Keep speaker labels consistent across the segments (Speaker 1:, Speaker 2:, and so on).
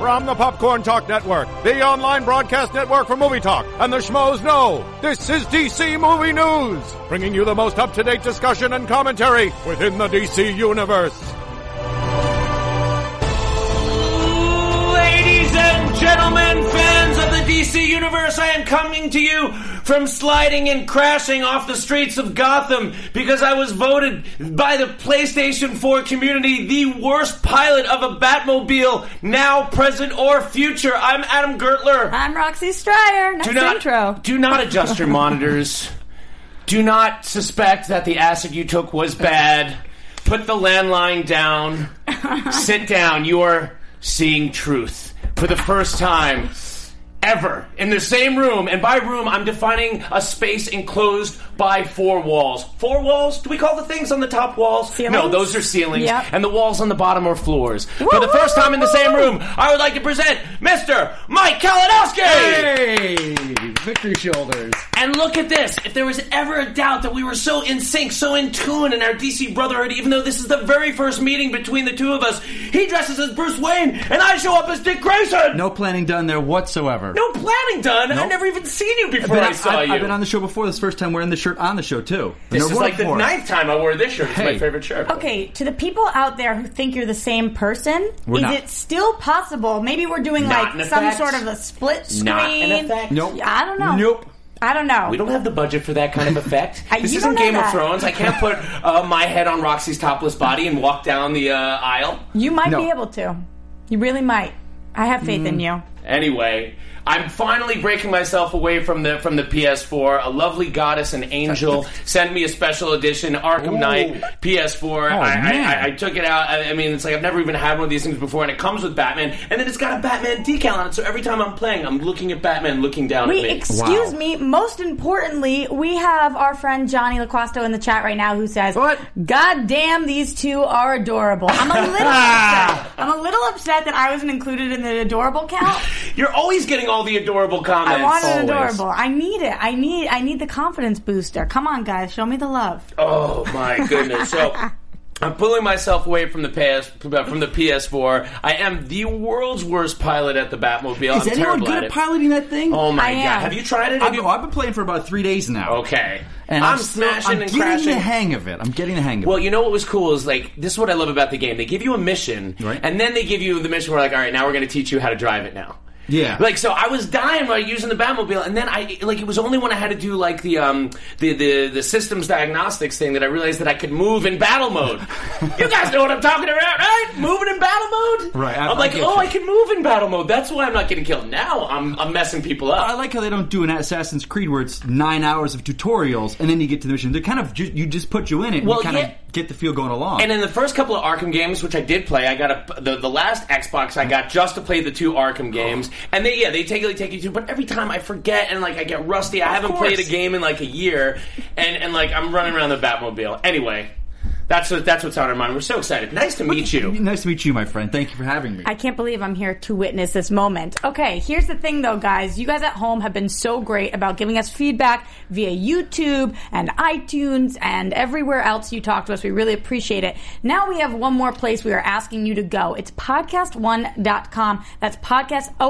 Speaker 1: From the Popcorn Talk Network, the online broadcast network for movie talk, and the schmoes know, this is DC Movie News, bringing you the most up-to-date discussion and commentary within the DC Universe.
Speaker 2: Ladies and gentlemen, fans of the DC Universe, I am coming to you from sliding and crashing off the streets of Gotham because I was voted by the PlayStation 4 community the worst pilot of a Batmobile, now, present, or future. I'm Adam Gertler.
Speaker 3: I'm Roxy Stryer. Nice
Speaker 2: do not,
Speaker 3: intro.
Speaker 2: Do not adjust your monitors. Do not suspect that the acid you took was bad. Put the landline down. Sit down. You are seeing truth for the first time ever in the same room. And by room, I'm defining a space enclosed by four walls. Four walls? Do we call the things on the top walls? No,
Speaker 3: Ceilings?
Speaker 2: those are ceilings.
Speaker 3: Yep.
Speaker 2: And the walls on the bottom are floors. for the first time in the same room, I would like to present Mr. Mike Kalinowski!
Speaker 4: Victory shoulders.
Speaker 2: And look at this. If there was ever a doubt that we were so in sync, so in tune in our DC brotherhood, even though this is the very first meeting between the two of us, he dresses as Bruce Wayne and I show up as Dick Grayson.
Speaker 4: No planning done there whatsoever.
Speaker 2: No planning done. I've
Speaker 4: Nope.
Speaker 2: never even seen you before
Speaker 4: Been-
Speaker 2: I saw
Speaker 4: I've,
Speaker 2: you.
Speaker 4: I've been on the show before. This is the first time wearing the shirt on the show too.
Speaker 2: this
Speaker 4: No
Speaker 2: is
Speaker 4: word
Speaker 2: like the
Speaker 4: for it.
Speaker 2: ninth time I wore this shirt. It's my
Speaker 4: Hey.
Speaker 2: favorite shirt.
Speaker 3: Okay, to the people out there who think you're the same person, is
Speaker 4: not.
Speaker 3: it still possible? Maybe we're doing
Speaker 2: Not
Speaker 3: like
Speaker 2: an
Speaker 3: some
Speaker 2: effect.
Speaker 3: sort of a split screen.
Speaker 2: Not an effect.
Speaker 4: Nope.
Speaker 3: I don't know.
Speaker 4: Nope.
Speaker 3: I don't know.
Speaker 2: We don't have the budget for that kind of effect.
Speaker 3: I-
Speaker 2: this
Speaker 3: you
Speaker 2: isn't
Speaker 3: don't know
Speaker 2: Game of
Speaker 3: that.
Speaker 2: Thrones. I can't put uh, my head on Roxy's topless body and walk down the uh, aisle.
Speaker 3: you might
Speaker 4: No.
Speaker 3: be able to. You really might. I have faith
Speaker 2: Mm.
Speaker 3: in you.
Speaker 2: Anyway, I'm finally breaking myself away from the from the PS4. A lovely goddess and angel sent me a special edition Arkham Knight PS4. I,
Speaker 4: Oh, man.
Speaker 2: I, I, I took it out. I, I mean, it's like I've never even had one of these things before, and it comes with Batman, and then it's got a Batman decal on it. So every time I'm playing, I'm looking at Batman, looking down
Speaker 3: We,
Speaker 2: at me.
Speaker 3: excuse me. Most importantly, we have our friend Johnny Laquasto in the chat right now who says,
Speaker 4: What?
Speaker 3: "God damn, these two are adorable." I'm a little upset. I'm a little upset that I wasn't included in the adorable count.
Speaker 2: You're always getting all the adorable comments.
Speaker 3: I want it
Speaker 2: Always.
Speaker 3: adorable. I need it. I need. I need the confidence booster. Come on, guys, show me the love.
Speaker 2: Oh my goodness! So I'm pulling myself away from the PS from the PS4. I am the world's worst pilot at the Batmobile.
Speaker 4: Is
Speaker 2: I'm
Speaker 4: anyone
Speaker 2: terrible
Speaker 4: good
Speaker 2: at,
Speaker 4: at,
Speaker 2: it.
Speaker 4: piloting that thing?
Speaker 2: Oh my
Speaker 3: I
Speaker 2: god!
Speaker 3: am.
Speaker 2: Have you tried it? Have
Speaker 4: I've,
Speaker 2: you-
Speaker 4: I've been playing for about three days now.
Speaker 2: okay.
Speaker 4: And
Speaker 2: I'm,
Speaker 4: I'm, still-
Speaker 2: smashing
Speaker 4: I'm
Speaker 2: and
Speaker 4: getting
Speaker 2: crashing.
Speaker 4: the hang of it. I'm getting the hang of
Speaker 2: well,
Speaker 4: it.
Speaker 2: you know what was cool is like this is what I love about the game. They give you a mission,
Speaker 4: Right.
Speaker 2: and then they give you the mission. Where like, all right, now we're going to teach you how to drive it now.
Speaker 4: Yeah.
Speaker 2: Like so, I was dying by using the Batmobile, and then I like it was only when I had to do like the um the the, the systems diagnostics thing that I realized that I could move in battle mode. you guys know what I'm talking about, right? Moving in battle mode.
Speaker 4: Right, I-
Speaker 2: I'm
Speaker 4: I
Speaker 2: like,
Speaker 4: get
Speaker 2: oh,
Speaker 4: you.
Speaker 2: I can move in battle mode. That's why I'm not getting killed. Now I'm I'm messing people up.
Speaker 4: I like how they don't do an Assassin's Creed where it's nine hours of tutorials and then you get to the mission. They kind of ju- you just put you in it and
Speaker 2: Well,
Speaker 4: you kind
Speaker 2: yeah.
Speaker 4: of get the feel going along.
Speaker 2: And in the first couple of Arkham games, which I did play, I got a, the the last Xbox I got just to play the two Arkham games,
Speaker 4: Oh.
Speaker 2: and they yeah they take they take you to, but every time I forget and like I get rusty. I haven't played a game in like a year, and and like I'm running around the Batmobile. Anyway, that's what that's what's on our mind. We're so excited. Nice to meet you.
Speaker 4: nice to meet you, my friend. Thank you for having me.
Speaker 3: I can't believe I'm here to witness this moment. Okay, here's the thing though, guys. You guys at home have been so great about giving us feedback via YouTube and iTunes and everywhere else you talk to us. We really appreciate it. Now we have one more place we are asking you to go. It's podcast1.com. That's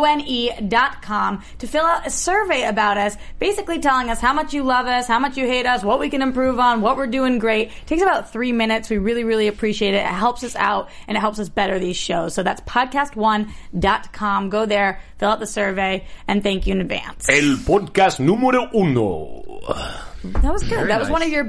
Speaker 3: podcastone.com E to fill out a survey about us, basically telling us how much you love us, how much you hate us, what we can improve on, what we're doing great. takes about three minutes. We really, really appreciate it. It helps us out and it helps us better these shows. So that's podcast1.com. Go there, fill out the survey, and thank you in advance.
Speaker 1: El podcast número uno.
Speaker 3: That was good. that was
Speaker 4: nice.
Speaker 3: one of your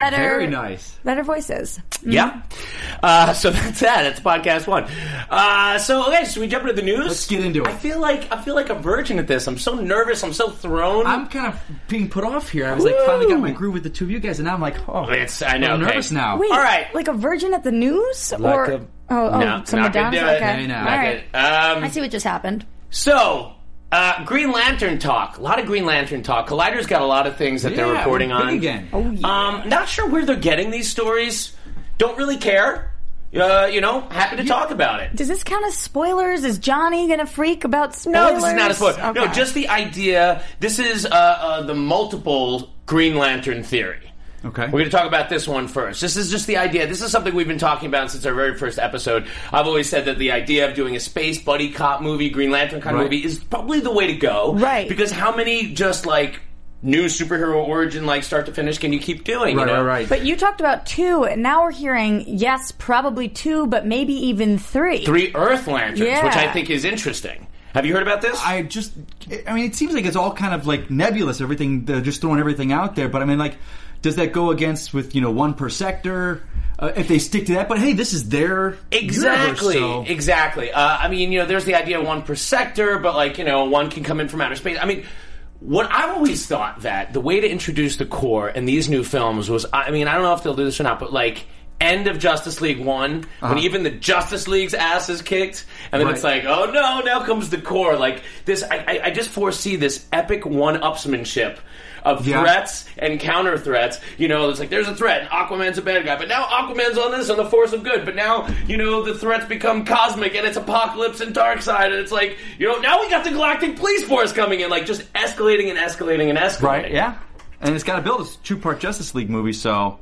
Speaker 3: Better,
Speaker 4: Very nice.
Speaker 3: Better voices.
Speaker 2: Yeah. Uh, so that's that. That's podcast one. Uh, so okay, should we jump into the news?
Speaker 4: Let's get into it.
Speaker 2: I feel like I feel like a virgin at this. I'm so nervous. I'm so thrown.
Speaker 4: I'm kind of being put off here. I was like, finally got my groove with the two of you guys, and now I'm like, oh,
Speaker 2: It's- I know,
Speaker 4: I'm
Speaker 2: okay.
Speaker 4: nervous now.
Speaker 3: Wait,
Speaker 2: All right.
Speaker 3: like a virgin at the news?
Speaker 2: Like
Speaker 3: or
Speaker 2: a-
Speaker 3: oh, oh
Speaker 2: No,
Speaker 3: some
Speaker 2: not gonna
Speaker 3: Madonna's?
Speaker 2: do it.
Speaker 3: Okay.
Speaker 4: No, no,
Speaker 3: All
Speaker 4: not
Speaker 3: right.
Speaker 2: Um,
Speaker 3: I see what just happened.
Speaker 2: so uh, Green Lantern talk. A lot of Green Lantern talk. Collider's got a lot of things that
Speaker 4: Yeah,
Speaker 2: they're reporting
Speaker 4: we're big
Speaker 2: on
Speaker 4: again.
Speaker 2: Um, not sure where they're getting these stories. Don't really care. Uh, you know, happy to talk about it.
Speaker 3: Does this count as spoilers? Is Johnny gonna freak about spoilers?
Speaker 2: No, this is not a spoiler. No,
Speaker 3: Okay.
Speaker 2: just the idea. This is uh, uh, the multiple Green Lantern theory.
Speaker 4: Okay.
Speaker 2: We're going to talk about this one first. This is just the idea. This is something we've been talking about since our very first episode. I've always said that the idea of doing a space buddy cop movie, Green Lantern kind
Speaker 4: Right.
Speaker 2: of movie, is probably the way to go.
Speaker 3: Right.
Speaker 2: Because how many just like new superhero origin, like start to finish, can you keep doing?
Speaker 4: right,
Speaker 2: you
Speaker 4: right,
Speaker 2: know?
Speaker 4: right.
Speaker 3: But you talked about two, and now we're hearing yes, probably two, but maybe even three.
Speaker 2: Three Earth Lanterns,
Speaker 3: Yeah.
Speaker 2: which I think is interesting. Have you heard about this?
Speaker 4: I just, I mean, it seems like it's all kind of like nebulous. Everything they're just throwing everything out there. But I mean, like, does that go against with you know one per sector? Uh, if they stick to that, but hey, this is their
Speaker 2: Exactly.
Speaker 4: universe, so-
Speaker 2: Exactly. Uh, I mean, you know, there's the idea of one per sector, but like, you know, one can come in from outer space. I mean, what I've always thought that the way to introduce the core in these new films was, I mean, I don't know if they'll do this or not, but like, end of Justice League one, when even the Justice League's ass is kicked, and then it's
Speaker 4: Uh-huh. Right.
Speaker 2: like, oh no, now comes the core. Like this, I, I, I just foresee this epic one-upsmanship. Of
Speaker 4: Yeah.
Speaker 2: threats and counter threats, you know, it's like there's a threat. and Aquaman's a bad guy, but now Aquaman's on this on the force of good. But now, you know, the threats become cosmic and it's apocalypse and dark side, and it's like, you know, now we got the galactic police force coming in, like just escalating and escalating and escalating.
Speaker 4: Right. Yeah. And it's got to build a two-part Justice League movie, so.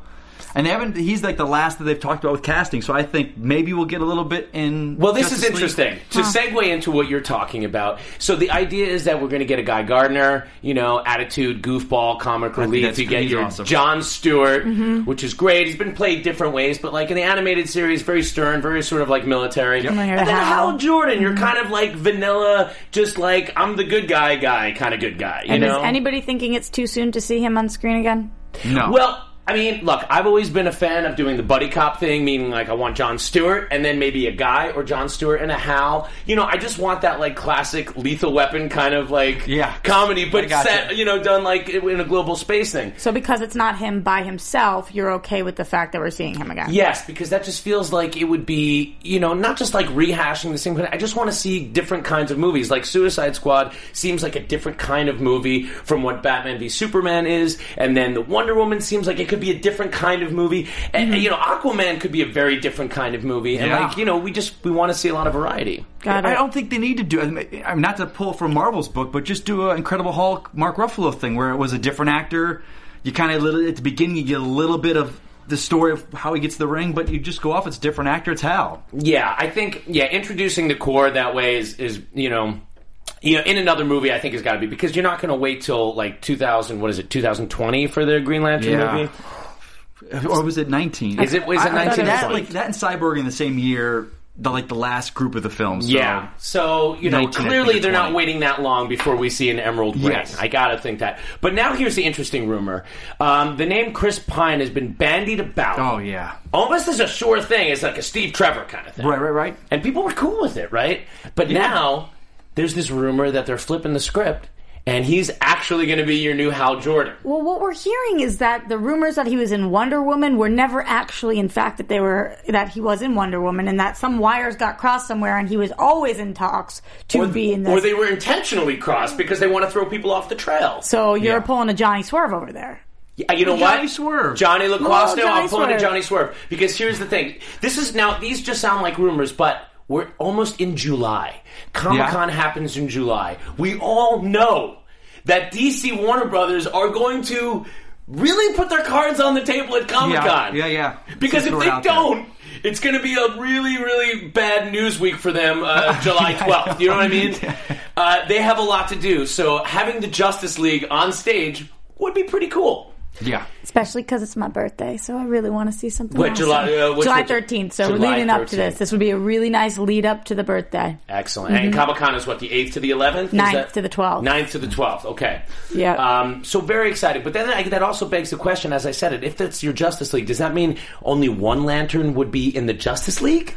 Speaker 4: And they haven't. He's like the last that they've talked about with casting, so I think maybe we'll get a little bit in.
Speaker 2: Well, this
Speaker 4: Justice
Speaker 2: is
Speaker 4: League.
Speaker 2: interesting. To segue into what you're talking about, so the idea is that we're going to get a Guy Gardner, you know, attitude, goofball, comic relief.
Speaker 4: that's-
Speaker 2: You get
Speaker 4: he's
Speaker 2: your
Speaker 4: awesome.
Speaker 2: John Stewart,
Speaker 3: Mm-hmm.
Speaker 2: which is great. He's been played different ways, but like in the animated series, very stern, very sort of like military.
Speaker 3: my hair
Speaker 2: And then
Speaker 3: Hal.
Speaker 2: Hal Jordan, you're kind of like vanilla, just like I'm the good guy guy kind of good guy. You
Speaker 3: and
Speaker 2: know,
Speaker 3: is anybody thinking it's too soon to see him on screen again?
Speaker 4: No.
Speaker 2: well, I mean, look, I've always been a fan of doing the buddy cop thing, meaning like I want John Stewart and then maybe a guy or John Stewart and a Hal. You know, I just want that like classic Lethal Weapon kind of like
Speaker 4: Yeah.
Speaker 2: comedy,
Speaker 4: I
Speaker 2: but
Speaker 4: gotcha.
Speaker 2: set you know done like in a global space thing.
Speaker 3: So because it's not him by himself, you're okay with the fact that we're seeing him again.
Speaker 2: Yes, because that just feels like it would be, you know, not just like rehashing the same kind. I just want to see different kinds of movies. Like Suicide Squad seems like a different kind of movie from what Batman v Superman is, and then the Wonder Woman seems like it could be a different kind of movie, and you know, Aquaman could be a very different kind of movie, and
Speaker 4: Mm-hmm. Yeah.
Speaker 2: like you know, we just we want to see a lot of variety.
Speaker 3: Got
Speaker 4: I
Speaker 3: it.
Speaker 4: don't think they need to do. I mean, I'm not to pull from Marvel's book, but just do an Incredible Hulk, Mark Ruffalo thing, where it was a different actor. You kind of little at the beginning, you get a little bit of the story of how he gets the ring, but you just go off. It's different actor. It's Hal.
Speaker 2: Yeah, I think yeah, introducing the core that way is is you know. You know, in another movie, I think it's got to be because you're not going to wait till like 2000. What is it, 2020 for the Green Lantern
Speaker 4: Yeah.
Speaker 2: movie?
Speaker 4: Or was it 19?
Speaker 2: Is it- was it
Speaker 4: I- I-
Speaker 2: 19?
Speaker 4: That, like, that and Cyborg in the same year, the like the last group of the film. So.
Speaker 2: Yeah. So, you know,
Speaker 4: 19, I think,
Speaker 2: clearly
Speaker 4: or
Speaker 2: they're not
Speaker 4: 20.
Speaker 2: waiting that long before we see an emerald ring.
Speaker 4: Yes.
Speaker 2: I gotta think that. But now here's the interesting rumor. Um, the name Chris Pine has been bandied about.
Speaker 4: Oh yeah.
Speaker 2: Almost as a sure thing. It's like a Steve Trevor kind of thing.
Speaker 4: Right, right, right.
Speaker 2: And people were cool with it, right? But now there's this rumor that they're flipping the script and he's actually going to be your new Hal Jordan.
Speaker 3: Well, what we're hearing is that the rumors that he was in Wonder Woman were never actually, in fact, that they were that he was in Wonder Woman, and that some wires got crossed somewhere, and he was always in talks to be in this.
Speaker 2: Or they were intentionally crossed because they want to throw people off the trail.
Speaker 3: so you're pulling a Johnny Swerve over there.
Speaker 2: Uh, you know
Speaker 4: Johnny
Speaker 2: what?
Speaker 4: Swerve.
Speaker 2: Johnny LaCrosse.
Speaker 3: No,
Speaker 2: No,
Speaker 3: Johnny
Speaker 2: I'm pulling a
Speaker 3: Swerve.
Speaker 2: Johnny Swerve because here's the thing. This is now. These just sound like rumors, but we're almost in July. Comic Con happens in July. We all know that DC Warner Brothers are going to really put their cards on the table at Comic Con.
Speaker 4: Yeah, yeah, yeah.
Speaker 2: Oh Because
Speaker 4: Just
Speaker 2: if
Speaker 4: throw it
Speaker 2: they
Speaker 4: out there.
Speaker 2: don't, it's going to be a really, really bad news week for them, uh, July 12th. You know what I mean? Uh, they have a lot to do, so having the Justice League on stage would be pretty cool.
Speaker 4: Yeah.
Speaker 3: Especially because it's my birthday, so I really want to see something.
Speaker 2: What,
Speaker 3: awesome.
Speaker 2: July- uh, which-
Speaker 3: July
Speaker 2: which-
Speaker 3: 13th. So
Speaker 2: July
Speaker 3: leading up to
Speaker 2: 13th.
Speaker 3: this, this would be a really nice lead up to the birthday.
Speaker 2: Excellent. And Comic Con is what, the 8th to the 11th?
Speaker 3: Mm-hmm. Ninth
Speaker 2: Is that-
Speaker 3: to the 12th.
Speaker 2: 9th to the 12th, okay.
Speaker 3: Yeah.
Speaker 2: Um, so very excited. But then I, that also begs the question, as I said it, if that's your Justice League, does that mean only one lantern would be in the Justice League?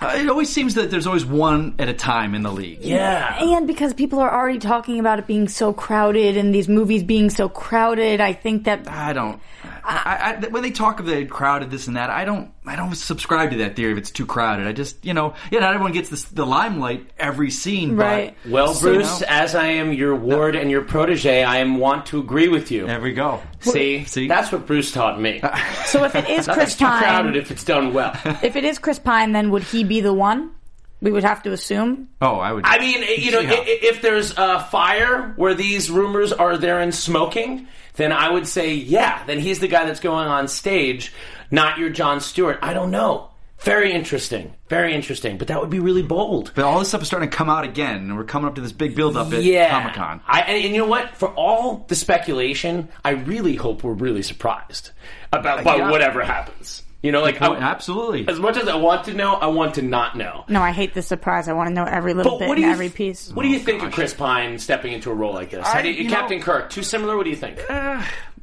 Speaker 4: Uh, it always seems that there's always one at a time in the league.
Speaker 2: Yeah.
Speaker 3: And because people are already talking about it being so crowded and these movies being so crowded, I think that
Speaker 4: I don't. I, I, when they talk of the crowded this and that, I don't. I don't subscribe to that theory. If it's too crowded, I just you know, yeah, not everyone gets this, the limelight every scene. but-
Speaker 3: Right.
Speaker 2: Well,
Speaker 4: So,
Speaker 2: Bruce,
Speaker 4: you know,
Speaker 2: as I am your ward and your protege, I am want to agree with you.
Speaker 4: there we go.
Speaker 2: See,
Speaker 4: See?
Speaker 2: that's what Bruce taught me.
Speaker 3: so if it is Chris
Speaker 2: It's too crowded
Speaker 3: Pine,
Speaker 2: if it's done well.
Speaker 3: if it is Chris Pine, then would he be the one? We would have to assume.
Speaker 4: Oh, I would.
Speaker 2: I mean, you know, i
Speaker 4: Yeah.
Speaker 2: i- if there's a fire where these rumors are there and smoking, then I would say, yeah, then he's the guy that's going on stage, not your John Stewart. I don't know. Very interesting. Very interesting. But that would be really bold.
Speaker 4: but all this stuff is starting to come out again, and we're coming up to this big build-up at
Speaker 2: yeah.
Speaker 4: Comic Con.
Speaker 2: I, and, and you know what? For all the speculation, I really hope we're really surprised about by
Speaker 4: yeah. Oh,
Speaker 2: whatever happens. You know, like I,
Speaker 4: Absolutely.
Speaker 2: As much as I want to know, I want to not know.
Speaker 3: No, I hate the surprise. I want to know every little
Speaker 2: But
Speaker 3: bit
Speaker 2: what do
Speaker 3: and
Speaker 2: you
Speaker 3: every piece.
Speaker 2: What do you think of Chris Pine stepping into a role like this?
Speaker 4: I-
Speaker 2: How do you-
Speaker 4: you know-
Speaker 2: Captain Kirk, too similar? What do you think?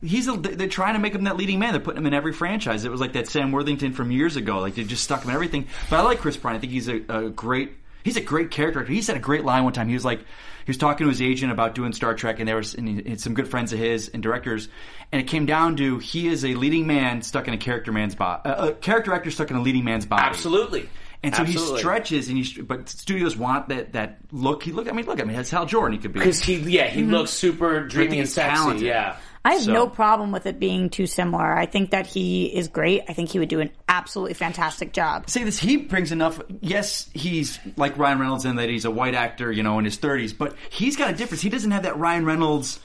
Speaker 4: He's a, they're trying to make him that leading man. They're putting him in every franchise. It was like that Sam Worthington from years ago. Like they just stuck him in everything. But I like Chris Pine. I think he's a, a great he's a great character. actor. He said a great line one time. He was like he was talking to his agent about doing Star Trek, and there was and he, and some good friends of his and directors, and it came down to he is a leading man stuck in a character man's body, a character actor stuck in a leading man's body.
Speaker 2: Absolutely.
Speaker 4: And so
Speaker 2: Absolutely.
Speaker 4: he stretches, and he but studios want that that look. He look. I mean, look. I mean, that's Hal Jordan. He could be.
Speaker 2: Because he, yeah, he looks super dreamy and
Speaker 4: he's
Speaker 2: sexy.
Speaker 4: talented.
Speaker 2: Yeah.
Speaker 3: I have
Speaker 4: So-
Speaker 3: no problem with it being too similar. I think that he is great. I think he would do an absolutely fantastic job.
Speaker 4: say this he brings enough yes he's like ryan reynolds in that he's a white actor you know in his 30s but he's got a difference he doesn't have that ryan reynolds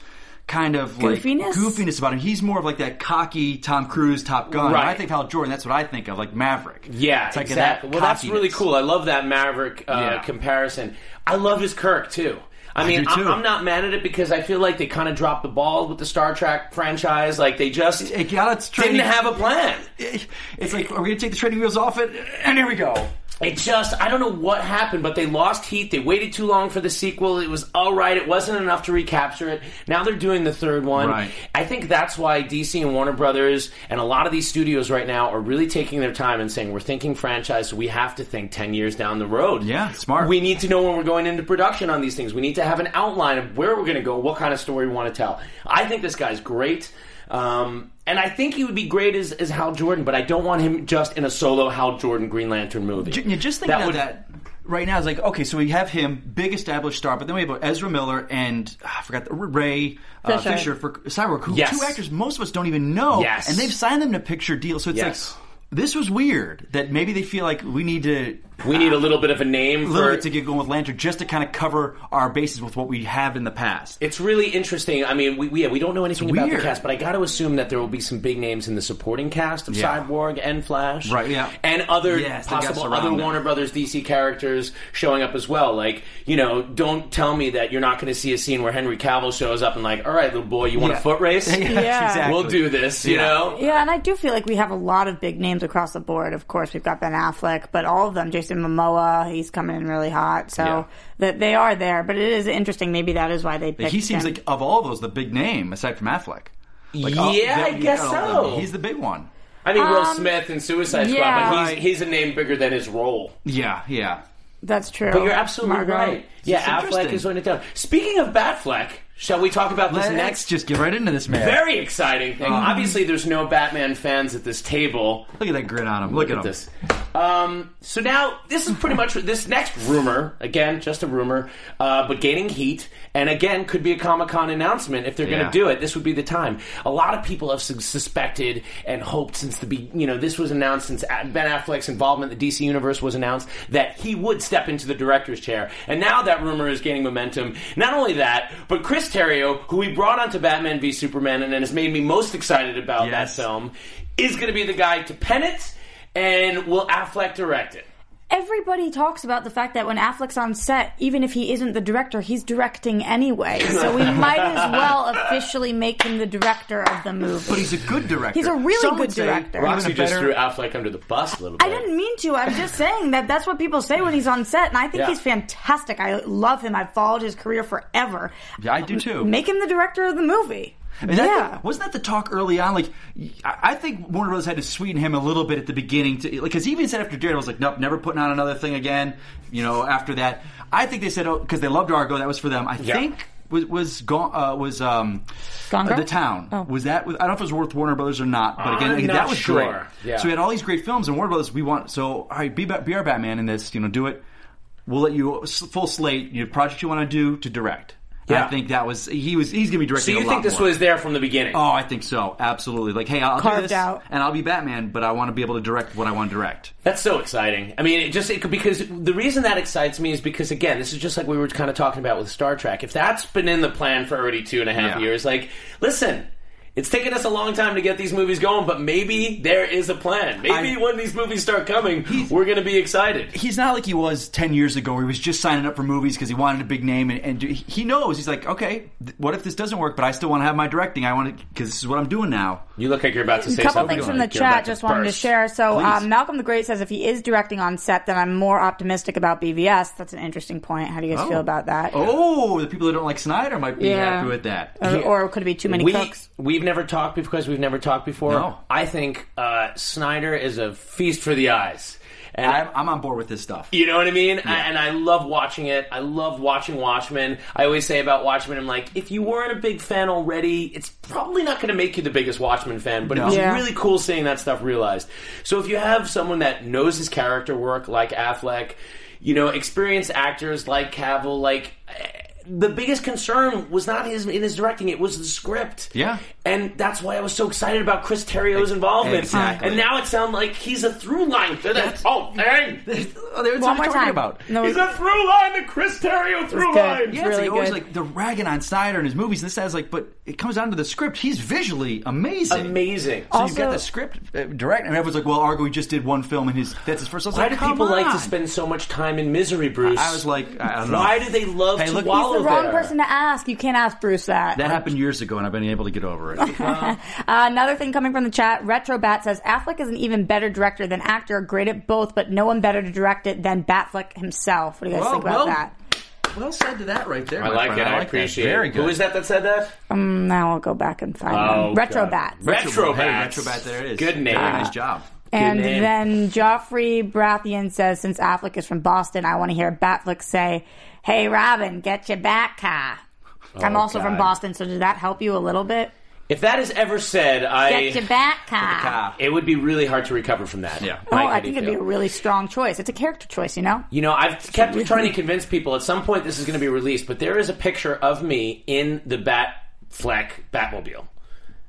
Speaker 4: kind of like
Speaker 3: Goofiness?
Speaker 4: goofiness about him he's more of like that cocky tom cruise top gun When i
Speaker 2: Right.
Speaker 4: think of hal jordan that's what i think of like maverick
Speaker 2: Yeah,
Speaker 4: It's like that
Speaker 2: exactly. well, that's really
Speaker 4: cockiness.
Speaker 2: cool. I love that Maverick uh,
Speaker 4: Yeah.
Speaker 2: comparison. I love his Kirk too. I mean,
Speaker 4: do,
Speaker 2: I
Speaker 4: too.
Speaker 2: am not mad at it because I feel like they kind of dropped the ball with the Star Trek franchise. Like they just
Speaker 4: It got its
Speaker 2: didn't
Speaker 4: training-
Speaker 2: have a plan.
Speaker 4: it's like are we gonna take the training wheels off it and here we go
Speaker 2: It just, I don't know what happened, but they lost heat. They waited too long for the sequel. It was all right. It wasn't enough to recapture it. Now they're doing the third one.
Speaker 4: Right.
Speaker 2: I think that's why DC and Warner Brothers and a lot of these studios right now are really taking their time and saying, we're thinking franchise, so we have to think 10 years down the road.
Speaker 4: Yeah, smart.
Speaker 2: We need to know when we're going into production on these things. We need to have an outline of where we're going to go, what kind of story we want to tell. I think this guy's great. Um, and I think he would be great as, as Hal Jordan, but I don't want him just in a solo Hal Jordan Green Lantern movie.
Speaker 4: Ju- you just think
Speaker 2: That
Speaker 4: about
Speaker 2: would-
Speaker 4: that right now. It's like okay, so we have him, big established star, but then we have Ezra Miller and ah, I forgot the- Ray uh,
Speaker 3: Fisher.
Speaker 4: Fisher. for Cyborg, who
Speaker 2: Yes.
Speaker 4: two actors most of us don't even know,
Speaker 2: Yes.
Speaker 4: and they've signed them to picture deals. So it's
Speaker 2: Yes.
Speaker 4: like this was weird that maybe they feel like we need to
Speaker 2: We need a little bit of a name
Speaker 4: a little
Speaker 2: for
Speaker 4: bit to get going with Lantern just to kind of cover our bases with what we have in the past.
Speaker 2: It's really interesting. I mean, we we- yeah, we don't know anything about the
Speaker 4: weird.
Speaker 2: cast, but I got to assume that there will be some big names in the supporting cast of
Speaker 4: Yeah.
Speaker 2: Cyborg and Flash,
Speaker 4: Right, yeah.
Speaker 2: and other
Speaker 4: Yes, they gotta
Speaker 2: possible
Speaker 4: surround
Speaker 2: other
Speaker 4: them.
Speaker 2: Warner Brothers DC characters showing up as well. Like, you know, don't tell me that you're not going to see a scene where Henry Cavill shows up and like, all right, little boy, you want
Speaker 4: Yeah.
Speaker 2: a foot race?
Speaker 4: Yes,
Speaker 3: Yeah.
Speaker 4: exactly.
Speaker 2: We'll do this. You
Speaker 4: Yeah.
Speaker 2: know,
Speaker 3: Yeah, and I do feel like we have a lot of big names across the board. Of course, we've got Ben Affleck, but all of them, Jason Momoa, he's coming in really hot. So
Speaker 2: Yeah.
Speaker 3: that they are there, but it is interesting. Maybe that is why they picked
Speaker 4: He seems
Speaker 3: him.
Speaker 4: like of all those the big name aside from Affleck. Like, all-
Speaker 2: Yeah, I
Speaker 4: you
Speaker 2: guess
Speaker 4: got all of them.
Speaker 2: so.
Speaker 4: He's the big one.
Speaker 2: I mean, Will Smith and Suicide
Speaker 3: yeah.
Speaker 2: Squad, but
Speaker 4: Right.
Speaker 2: he's he's a name bigger than his role.
Speaker 4: Yeah, yeah.
Speaker 3: that's true.
Speaker 2: But you're absolutely
Speaker 3: Oh, Margot.
Speaker 2: right. Yeah,
Speaker 4: It's
Speaker 2: Affleck
Speaker 4: interesting.
Speaker 2: is going it down. Speaking of Batfleck, shall we talk about this
Speaker 4: Let's
Speaker 2: next?
Speaker 4: just get right into this man.
Speaker 2: Very exciting thing. Obviously, there's no Batman fans at this table.
Speaker 4: Look at that grin on him. Look,
Speaker 2: Look at
Speaker 4: at, him.
Speaker 2: this. Um, so now this is pretty much this next rumor again, just a rumor, uh, but gaining heat, and again could be a Comic Con announcement if they're going to
Speaker 4: Yeah.
Speaker 2: do it. This would be the time. A lot of people have sus- suspected and hoped since the be- you know this was announced since A- Ben Affleck's involvement in the DC universe was announced that he would step into the director's chair, and now that rumor is gaining momentum. Not only that, but Chris Terrio, who we brought onto Batman v Superman, and has made me most excited about
Speaker 4: Yes.
Speaker 2: that film, is going to be the guy to pen it. And will Affleck direct it?
Speaker 3: Everybody talks about the fact that when Affleck's on set, even if he isn't the director, he's directing anyway. So we might as well officially make him the director of the movie.
Speaker 4: But he's a good director.
Speaker 3: He's a really
Speaker 4: Some
Speaker 3: good
Speaker 4: would say
Speaker 3: director.
Speaker 4: even a
Speaker 2: Roxy just
Speaker 4: better-
Speaker 2: threw Affleck under the bus a little bit.
Speaker 3: I didn't mean to. I'm just saying that that's what people say when he's on set, and I think
Speaker 2: Yeah.
Speaker 3: he's fantastic. I love him. I've followed his career forever.
Speaker 4: Yeah, I do too.
Speaker 3: Make him the director of the movie.
Speaker 4: And I
Speaker 3: yeah.
Speaker 4: think- wasn't that the talk early on? Like, I I think Warner Brothers had to sweeten him a little bit at the beginning, to because he even said after Daredevil, was like, "Nope, never putting on another thing again." You know, after that, I think they said, "Oh, because they loved Argo, that was for them." I think was was gone uh, was um
Speaker 3: Gone Girl?
Speaker 4: the town
Speaker 3: Oh.
Speaker 4: was that I don't know if it was worth Warner Brothers or not, but again,
Speaker 2: I'm
Speaker 4: that
Speaker 2: Uh, not
Speaker 4: was
Speaker 2: sure.
Speaker 4: great.
Speaker 2: Yeah.
Speaker 4: So we had all these great films, and Warner Brothers, we want so all right, be, be our Batman in this, you know, do it. We'll let you s- full slate, your project you want to do to direct. And
Speaker 2: Yeah.
Speaker 4: I think that was he was he's gonna be
Speaker 2: So
Speaker 4: directing.
Speaker 2: you
Speaker 4: a
Speaker 2: think
Speaker 4: lot
Speaker 2: this
Speaker 4: more.
Speaker 2: was there from the beginning?
Speaker 4: Oh, I think so. Absolutely. Like, hey, I'll do
Speaker 3: Carved
Speaker 4: this,
Speaker 3: out.
Speaker 4: and I'll be Batman, but I want to be able to direct what I want to direct.
Speaker 2: That's so exciting. I mean, it just it, could- because the reason that excites me is because again, this is just like we were kind of talking about with Star Trek. If that's been in the plan for already two and a half
Speaker 4: Yeah.
Speaker 2: years, like, listen. It's taken us a long time to get these movies going, but maybe there is a plan. Maybe
Speaker 4: I-
Speaker 2: when these movies start coming, we're going to be excited.
Speaker 4: He's not like he was ten years ago, where he was just signing up for movies because he wanted a big name, and, and do- he knows he's like, okay, th- what if this doesn't work? But I still want to have my directing. I want to because this is what I'm doing now.
Speaker 2: You look like you're about to
Speaker 3: a
Speaker 2: say
Speaker 3: couple
Speaker 2: something.
Speaker 3: things from the
Speaker 2: like you're about
Speaker 3: chat just wanted to
Speaker 2: burst.
Speaker 3: share. So
Speaker 4: Please.
Speaker 3: um, Malcolm the Great says if he is directing on set, then I'm more optimistic about BVS. That's an interesting point. How do you guys feel about that?
Speaker 4: Oh, the people that don't like Snyder might be
Speaker 3: Yeah. Oh.
Speaker 4: happy with that.
Speaker 3: Or, or could it be too many cooks?
Speaker 2: We've never talked because we've never talked before.
Speaker 4: No.
Speaker 2: I think uh, Snyder is a feast for the eyes. And
Speaker 4: I'm, I'm on board with this stuff.
Speaker 2: You know what I mean? I, and I love watching it. I love watching Watchmen. I always say about Watchmen, I'm like, if you weren't a big fan already, it's probably not going to make you the biggest Watchmen fan, but it was
Speaker 3: Yeah.
Speaker 2: really cool seeing that stuff realized. So if you have someone that knows his character work, like Affleck, you know, experienced actors like Cavill, like. eh, The biggest concern was not his in his directing; it was the script.
Speaker 4: Yeah.
Speaker 2: and that's why I was so excited about Chris Terrio's involvement.
Speaker 4: exactly.
Speaker 2: And now it sounds like he's a through line to that whole thing.
Speaker 4: Oh, they were
Speaker 3: One
Speaker 4: talking
Speaker 3: more time.
Speaker 4: about.
Speaker 3: No,
Speaker 2: He's a through line, the Chris Terrio through
Speaker 3: good.
Speaker 2: line.
Speaker 3: Yeah.
Speaker 4: Yes,
Speaker 3: really
Speaker 4: they always
Speaker 3: good.
Speaker 4: like they're ragging on Snyder and his movies. And this has like, but it comes down to the script. He's visually amazing.
Speaker 2: Amazing.
Speaker 4: So
Speaker 3: Also-
Speaker 4: you've got the script uh, direct, and everyone's like, "Well, Argo, he just did one film, and his that's his first." I was
Speaker 2: Why
Speaker 4: like,
Speaker 2: do
Speaker 4: "Come
Speaker 2: people like
Speaker 4: on."
Speaker 2: to spend so much time in misery, Bruce?
Speaker 4: I was like, I don't know.
Speaker 2: Why do they love
Speaker 4: Hey,
Speaker 2: to
Speaker 4: look-
Speaker 2: wallow
Speaker 3: He's the wrong
Speaker 2: there?
Speaker 3: person to ask. You can't ask Bruce that.
Speaker 4: That happened years ago, and I've been able to get over it.
Speaker 3: Another thing coming from the chat, Retrobat says Affleck is an even better director than actor, great at both, but no one better to direct it than Batfleck himself. What do you guys
Speaker 4: Well,
Speaker 3: think about
Speaker 4: well.
Speaker 3: that?
Speaker 4: well said to that right there.
Speaker 2: I
Speaker 4: my
Speaker 2: like
Speaker 4: friend.
Speaker 2: it. I,
Speaker 4: that.
Speaker 2: appreciate
Speaker 4: Very
Speaker 2: it.
Speaker 4: good.
Speaker 2: Who is that that said that?
Speaker 3: Now I'll go back and find
Speaker 2: Oh,
Speaker 3: them. Retrobat.
Speaker 2: Retrobat.
Speaker 4: Hey, Retrobat. There it is.
Speaker 2: Good name.
Speaker 4: Very nice job.
Speaker 3: And
Speaker 2: Good name.
Speaker 3: then Joffrey Brathian says, since Affleck is from Boston, I want to hear Batfleck say, "Hey Robin, get your back car." I'm also from
Speaker 2: Oh, God.
Speaker 3: Boston, so did that help you a little bit?
Speaker 2: If that is ever said, I
Speaker 3: Get your back car.
Speaker 4: Ah,
Speaker 2: it would be really hard to recover from that.
Speaker 4: Yeah.
Speaker 3: Oh,
Speaker 2: Mike, how
Speaker 3: I
Speaker 2: do you
Speaker 3: think it'd be
Speaker 2: feel?
Speaker 3: a really strong choice. It's a character choice, you know.
Speaker 2: You know, I've kept trying to convince people at some point this is going to be released, but there is a picture of me in the Batfleck Batmobile.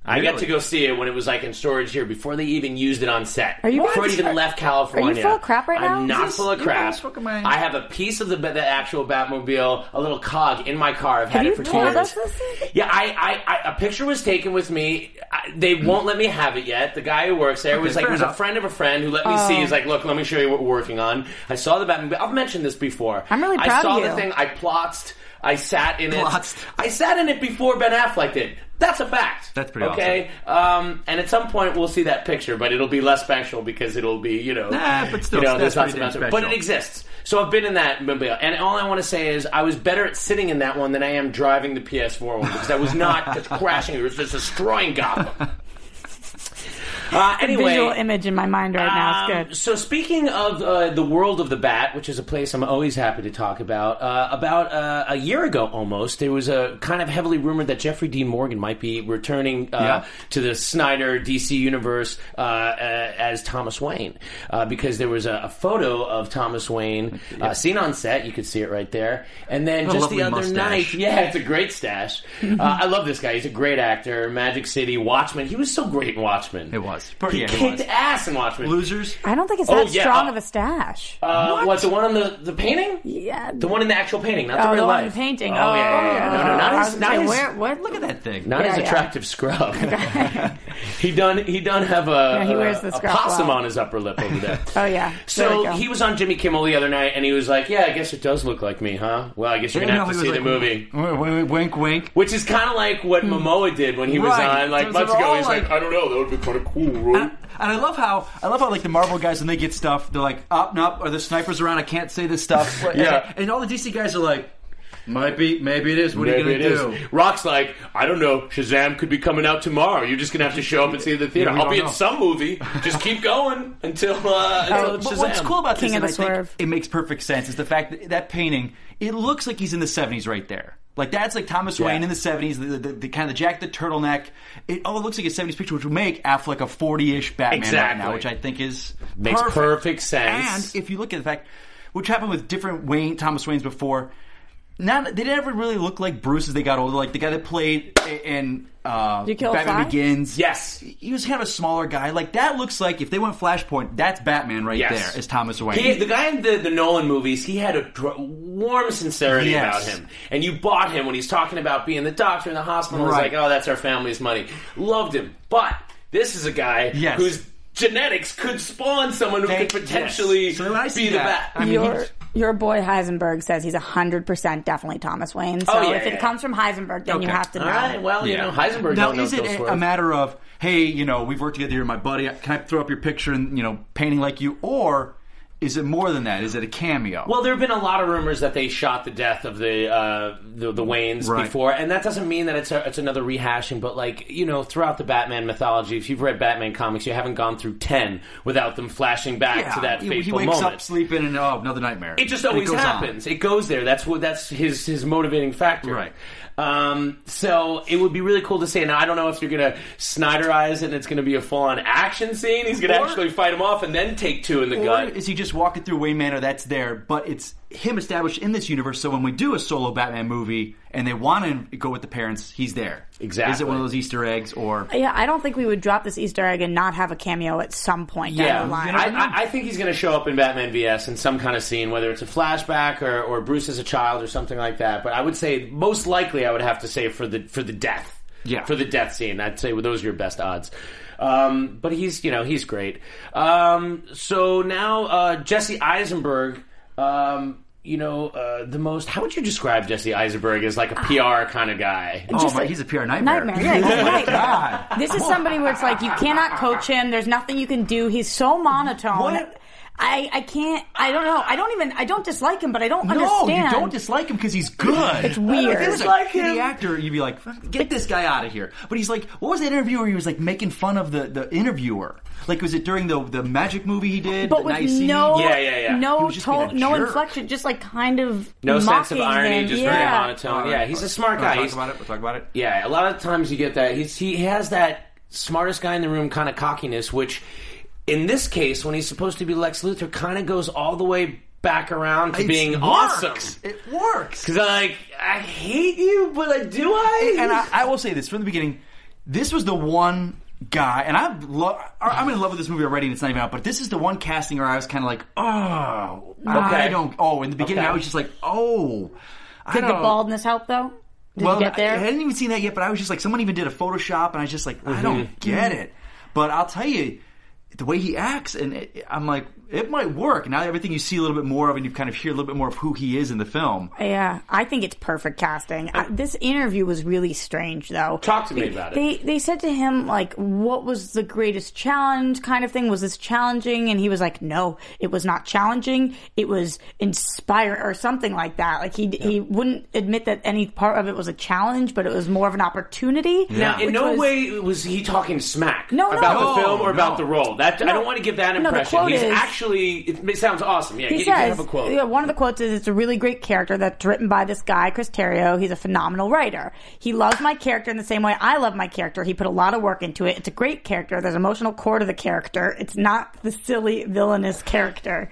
Speaker 2: I got
Speaker 4: Really?
Speaker 2: to go see it when it was like in storage here before they even used it on set.
Speaker 3: Are you-
Speaker 2: before it
Speaker 3: What?
Speaker 2: even
Speaker 3: Are-
Speaker 2: left
Speaker 3: are you
Speaker 2: California?
Speaker 3: full of crap right now?
Speaker 2: I'm not
Speaker 4: Is this-
Speaker 2: full of
Speaker 4: you
Speaker 2: crap.
Speaker 4: guys fucking mind?
Speaker 2: I have a piece of the, ba- the actual Batmobile, a little cog in my car. I've had
Speaker 3: Have
Speaker 2: it
Speaker 3: you
Speaker 2: for two
Speaker 3: told
Speaker 2: years.
Speaker 3: us this?
Speaker 2: Yeah, I, I, I, a picture was taken with me. I, they won't let me have it yet. The guy who works there was like,
Speaker 4: fair
Speaker 2: was a
Speaker 4: enough.
Speaker 2: friend of a friend who let me see. He's like, look, let me show you what we're working on. I saw the Batman. I've mentioned this before.
Speaker 3: I'm really
Speaker 2: I
Speaker 3: proud
Speaker 2: saw
Speaker 3: of
Speaker 2: the
Speaker 3: you.
Speaker 2: thing. I plotzed. I sat in
Speaker 4: Plotzed.
Speaker 2: it. I sat in it before Ben Affleck did. That's a fact.
Speaker 4: That's pretty
Speaker 2: okay. Awesome. Um, and at some point we'll see that picture, but it'll be less special because it'll be you know.
Speaker 4: Nah, but still,
Speaker 2: you know,
Speaker 4: that's
Speaker 2: there's lots
Speaker 4: pretty damn
Speaker 2: of- But it
Speaker 4: special.
Speaker 2: exists. So I've been in that mobile, and all I want to say is I was better at sitting in that one than I am driving the PS4 one because I was not just crashing; it was just destroying Gotham. Uh, anyway,
Speaker 3: Visual image in my mind right now.
Speaker 2: Um,
Speaker 3: It's good.
Speaker 2: So speaking of uh, the world of the bat, which is a place I'm always happy to talk about, uh, about uh, a year ago almost, there was a kind of heavily rumored that Jeffrey Dean Morgan might be returning uh,
Speaker 4: Yeah.
Speaker 2: to the Snyder DC universe uh, uh, as Thomas Wayne, uh, because there was a, a photo of Thomas Wayne uh, seen on set. You could see it right there, and then
Speaker 4: What a
Speaker 2: just the
Speaker 4: lovely
Speaker 2: other
Speaker 4: mustache.
Speaker 2: night,
Speaker 4: Mm-hmm.
Speaker 2: yeah, it's a great stash. Uh, I love this guy. He's a great actor. Magic City, Watchmen. He was so great in Watchmen.
Speaker 4: It was. But
Speaker 2: he
Speaker 4: yeah, it
Speaker 2: kicked
Speaker 4: was.
Speaker 2: ass in Watchmen.
Speaker 4: Losers.
Speaker 3: I don't think it's
Speaker 2: oh,
Speaker 3: that
Speaker 2: yeah,
Speaker 3: strong
Speaker 2: uh,
Speaker 3: of a stash.
Speaker 2: Uh, what? the one on the, the painting?
Speaker 3: yeah.
Speaker 2: The one in the actual painting, not
Speaker 3: Oh,
Speaker 2: the real
Speaker 3: the one
Speaker 2: life.
Speaker 3: painting.
Speaker 2: Oh,
Speaker 3: Oh,
Speaker 2: yeah, yeah, yeah. No, no,
Speaker 3: I
Speaker 2: not
Speaker 3: was
Speaker 2: his,
Speaker 3: gonna
Speaker 2: not
Speaker 3: say,
Speaker 2: his,
Speaker 3: where-
Speaker 4: What? Look at that thing.
Speaker 2: not
Speaker 3: Yeah,
Speaker 2: his
Speaker 3: yeah.
Speaker 2: attractive scrub. he done he done have a,
Speaker 3: he
Speaker 2: a-
Speaker 3: wears the
Speaker 2: a
Speaker 3: scrub
Speaker 2: possum
Speaker 3: well.
Speaker 2: on his upper lip over there.
Speaker 3: Oh, yeah. There we
Speaker 2: So
Speaker 3: go.
Speaker 2: he was on Jimmy Kimmel the other night, and he was like, "Yeah, I guess it does look like me, huh? Well, I guess you're gonna
Speaker 4: No,
Speaker 2: have to
Speaker 4: he
Speaker 2: see
Speaker 4: was
Speaker 2: the
Speaker 4: like, "Hmm."
Speaker 2: movie."
Speaker 4: Wink, wink, wink, wink.
Speaker 2: Which is kind of like what
Speaker 3: Hmm.
Speaker 2: Momoa did when he was
Speaker 4: Right.
Speaker 2: on like
Speaker 4: Those
Speaker 2: months
Speaker 4: are
Speaker 2: ago.
Speaker 4: all
Speaker 2: He's like,
Speaker 4: like-
Speaker 2: "I don't know, that would be kind of cool,
Speaker 3: Uh,
Speaker 2: right?"
Speaker 4: And I love how I love how like the Marvel guys when they get stuff, they're like, "Up, nope, or the snipers around. I can't say this stuff."
Speaker 2: Yeah.
Speaker 4: And, all the DC guys are like, "Might be, maybe it is. What are you
Speaker 2: Maybe
Speaker 4: gonna
Speaker 2: it
Speaker 4: do?"
Speaker 2: is. Rock's like, I don't know. Shazam could be coming out tomorrow. You're just gonna have to show up and see it at the theater.
Speaker 4: Yeah, we
Speaker 2: I'll be in
Speaker 4: don't know.
Speaker 2: some movie. Just keep going until uh, until
Speaker 4: Oh, But
Speaker 2: Shazam.
Speaker 4: what's cool about
Speaker 3: King
Speaker 4: this,
Speaker 3: of
Speaker 4: and
Speaker 3: the
Speaker 4: I think
Speaker 3: Swerve.
Speaker 4: it makes perfect sense, is the fact that that painting. It looks like he's in the '70s right there. Like that's like Thomas Wayne in the '70s, the, the, the kind of the jack, the turtleneck. It all looks like a '70s picture, which would make Affleck a 40-ish Batman right
Speaker 2: Exactly.
Speaker 4: now, which I think is
Speaker 2: Makes perfect sense.
Speaker 4: And if you look at the fact, which happened with different Wayne Thomas Waynes before, not they never really looked like Bruce as they got older. Like the guy that played i- in uh,
Speaker 3: You Kill a
Speaker 4: Batman
Speaker 3: Fly?
Speaker 4: Begins,
Speaker 2: Yes.
Speaker 4: he was kind of a smaller guy. Like that looks like if they went Flashpoint, that's Batman right
Speaker 2: Yes.
Speaker 4: there. Is Thomas Wayne?
Speaker 2: He, the guy in the, the Nolan movies, he had a dr- warm sincerity about
Speaker 4: Yes.
Speaker 2: him, and you bought him when he's talking about being the doctor in the hospital.
Speaker 4: Right.
Speaker 2: He's like, "Oh, that's our family's money." Loved him, but this is a guy
Speaker 4: Yes.
Speaker 2: whose genetics could spawn someone who
Speaker 4: They-
Speaker 2: could potentially
Speaker 4: yes. So when I see
Speaker 2: be the bat.
Speaker 4: that, I mean, he
Speaker 3: your
Speaker 4: was-
Speaker 3: your boy Heisenberg says he's hundred percent definitely Thomas Wayne. So
Speaker 2: Oh, yeah,
Speaker 3: if
Speaker 2: yeah.
Speaker 3: it comes from Heisenberg, then you
Speaker 4: Okay.
Speaker 3: have to know.
Speaker 2: All right, well, you know, Heisenberg.
Speaker 4: Now,
Speaker 2: don't know
Speaker 4: is it
Speaker 2: Bill
Speaker 4: a,
Speaker 2: Swerve.
Speaker 4: a matter of hey, you know, we've worked together. You're my buddy. Can I throw up your picture and you know, painting like you, or is it more than that? Is it a cameo?
Speaker 2: Well, there have been a lot of rumors that they shot the death of the uh, the, the Waynes
Speaker 4: Right.
Speaker 2: before, and that doesn't mean that it's a, it's another rehashing. But like you know, throughout the Batman mythology, if you've read Batman comics, you haven't gone through ten without them flashing back
Speaker 4: yeah,
Speaker 2: to that
Speaker 4: he,
Speaker 2: fateful
Speaker 4: he wakes
Speaker 2: moment.
Speaker 4: up sleeping and oh, another nightmare.
Speaker 2: It just
Speaker 4: And
Speaker 2: always
Speaker 4: goes on.
Speaker 2: happens. It goes there. That's what that's his his motivating factor.
Speaker 4: Right.
Speaker 2: Um, so it would be really cool to see. Now I don't know if you're gonna Snyderize it and it's gonna be a full on action scene. He's gonna
Speaker 4: Or-
Speaker 2: actually fight him off and then take two in the
Speaker 4: Or
Speaker 2: gut.
Speaker 4: is he just walking through Wayne Manor? That's there, but it's him established in this universe. So when we do a solo Batman movie and they want to go with the parents, he's there.
Speaker 2: Exactly.
Speaker 4: Is it one of those Easter eggs or?
Speaker 3: Yeah, I don't think we would drop this Easter egg and not have a cameo at some point down the line.
Speaker 2: I, I, I think he's going to show up in Batman vs in some kind of scene, whether it's a flashback or, or Bruce as a child or something like that. But I would say most likely I would have to say for the for the death,
Speaker 4: Yeah.
Speaker 2: for the death scene. I'd say those are your best odds. Um, but he's you know he's great. Um, so now uh, Jesse Eisenberg. Um, you know uh, the most. How would you describe Jesse Eisenberg as like a
Speaker 3: Ah.
Speaker 2: PR kind of guy?
Speaker 4: Oh
Speaker 3: Just
Speaker 4: my,
Speaker 3: like-
Speaker 4: he's a PR nightmare.
Speaker 3: Nightmare, yeah, he's a
Speaker 4: oh my
Speaker 3: nightmare.
Speaker 4: god.
Speaker 3: This is somebody where it's like you cannot coach him. There's nothing you can do. He's so monotone.
Speaker 4: What?
Speaker 3: I, I can't. I don't know. I don't even. I don't dislike him, but I don't
Speaker 4: No,
Speaker 3: understand.
Speaker 4: you don't dislike him because he's good. It's
Speaker 3: weird.
Speaker 4: If he was a
Speaker 3: Dislike
Speaker 4: shitty
Speaker 3: him.
Speaker 4: actor, you'd be like, get this guy out of here. But he's like, what was that interview where he was like making fun of the, the interviewer? Like, was it during the the magic movie he did?
Speaker 3: but
Speaker 4: the
Speaker 3: with
Speaker 4: Nice Scene?
Speaker 3: no,
Speaker 2: Yeah, yeah, yeah.
Speaker 4: He
Speaker 3: no,
Speaker 4: was just being a
Speaker 3: tone, no
Speaker 4: jerk.
Speaker 3: inflection, just like kind of
Speaker 2: No sense of
Speaker 3: mocking
Speaker 2: irony,
Speaker 3: him.
Speaker 2: just
Speaker 3: yeah.
Speaker 2: very monotone. Yeah, he's a smart
Speaker 4: Wanna
Speaker 2: guy.
Speaker 4: Talk
Speaker 2: He's-
Speaker 4: about it. We'll talk about it.
Speaker 2: Yeah, a lot of times you get that. He's, he has that smartest guy in the room kind of cockiness, which in this case, when he's supposed to be Lex Luthor, kind of goes all the way back around to
Speaker 4: It
Speaker 2: being
Speaker 4: works.
Speaker 2: awesome.
Speaker 4: It works.
Speaker 2: Because like, I hate you, but I do I?
Speaker 4: and I, I will say this from the beginning: this was the one guy, and I'm lo- I'm in love with this movie already, and it's not even out. But this is the one casting where I was kind of like, oh,
Speaker 2: Okay.
Speaker 4: I don't. Oh, in the beginning,
Speaker 2: Okay.
Speaker 4: I was just like, oh, I
Speaker 3: Did
Speaker 4: don't.
Speaker 3: the baldness help though? Did
Speaker 4: well,
Speaker 3: you get there?
Speaker 4: I hadn't even seen
Speaker 3: Mm-hmm.
Speaker 4: that yet, but I was just like, someone even did a Photoshop, and I was just like, I don't get it. But I'll tell you. the way he acts, and it, I'm like, it might work. Now everything you see a little bit more of, and you kind of hear a little bit more of who he is in the film.
Speaker 3: Yeah, I think it's perfect casting. I, this interview was really strange, though.
Speaker 2: Talk to me about it.
Speaker 3: They they said to him like, "What was the greatest challenge?" Kind of thing. Was this challenging? And he was like, "No, it was not challenging. It was inspire or something like that." Like he he wouldn't admit that any part of it was a challenge, but it was more of an opportunity.
Speaker 2: Now, in
Speaker 3: which
Speaker 2: no
Speaker 3: was-
Speaker 2: way was he talking smack
Speaker 3: No, no.
Speaker 2: about the
Speaker 4: No,
Speaker 2: film or about the
Speaker 4: no.
Speaker 2: role. That I don't want to give that
Speaker 3: No, the
Speaker 2: impression.
Speaker 3: quote
Speaker 2: He's
Speaker 3: is-
Speaker 2: actually. It, it sounds awesome. Yeah,
Speaker 3: He
Speaker 2: get,
Speaker 3: says,
Speaker 2: have a quote.
Speaker 3: Yeah, one of the quotes is, it's a really great character that's written by this guy, Chris Terrio. He's a phenomenal writer. He loves my character in the same way I love my character. He put a lot of work into it. It's a great character. There's emotional core to the character. It's not the silly, villainous character.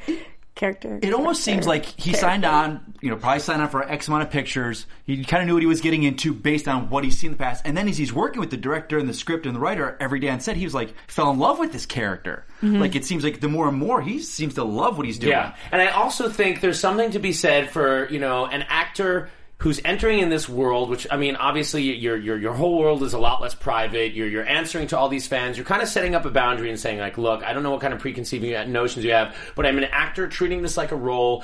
Speaker 3: Character.
Speaker 4: It almost seems like he signed on, you know, probably signed on for X amount of pictures. He kind of knew what he was getting into based on what he's seen in the past. And then as he's working with the director and the script and the writer every day on set, he was like, fell in love with this character. Like, it seems like the more and more he seems to love what he's doing.
Speaker 2: Yeah, and I also think there's something to be said for you know an actor who's entering in this world, which I mean, obviously your your your whole world is a lot less private. You're you're answering to all these fans. You're kind of setting up a boundary and saying like, look, I don't know what kind of preconceived notions you have, but I'm an actor treating this like a role.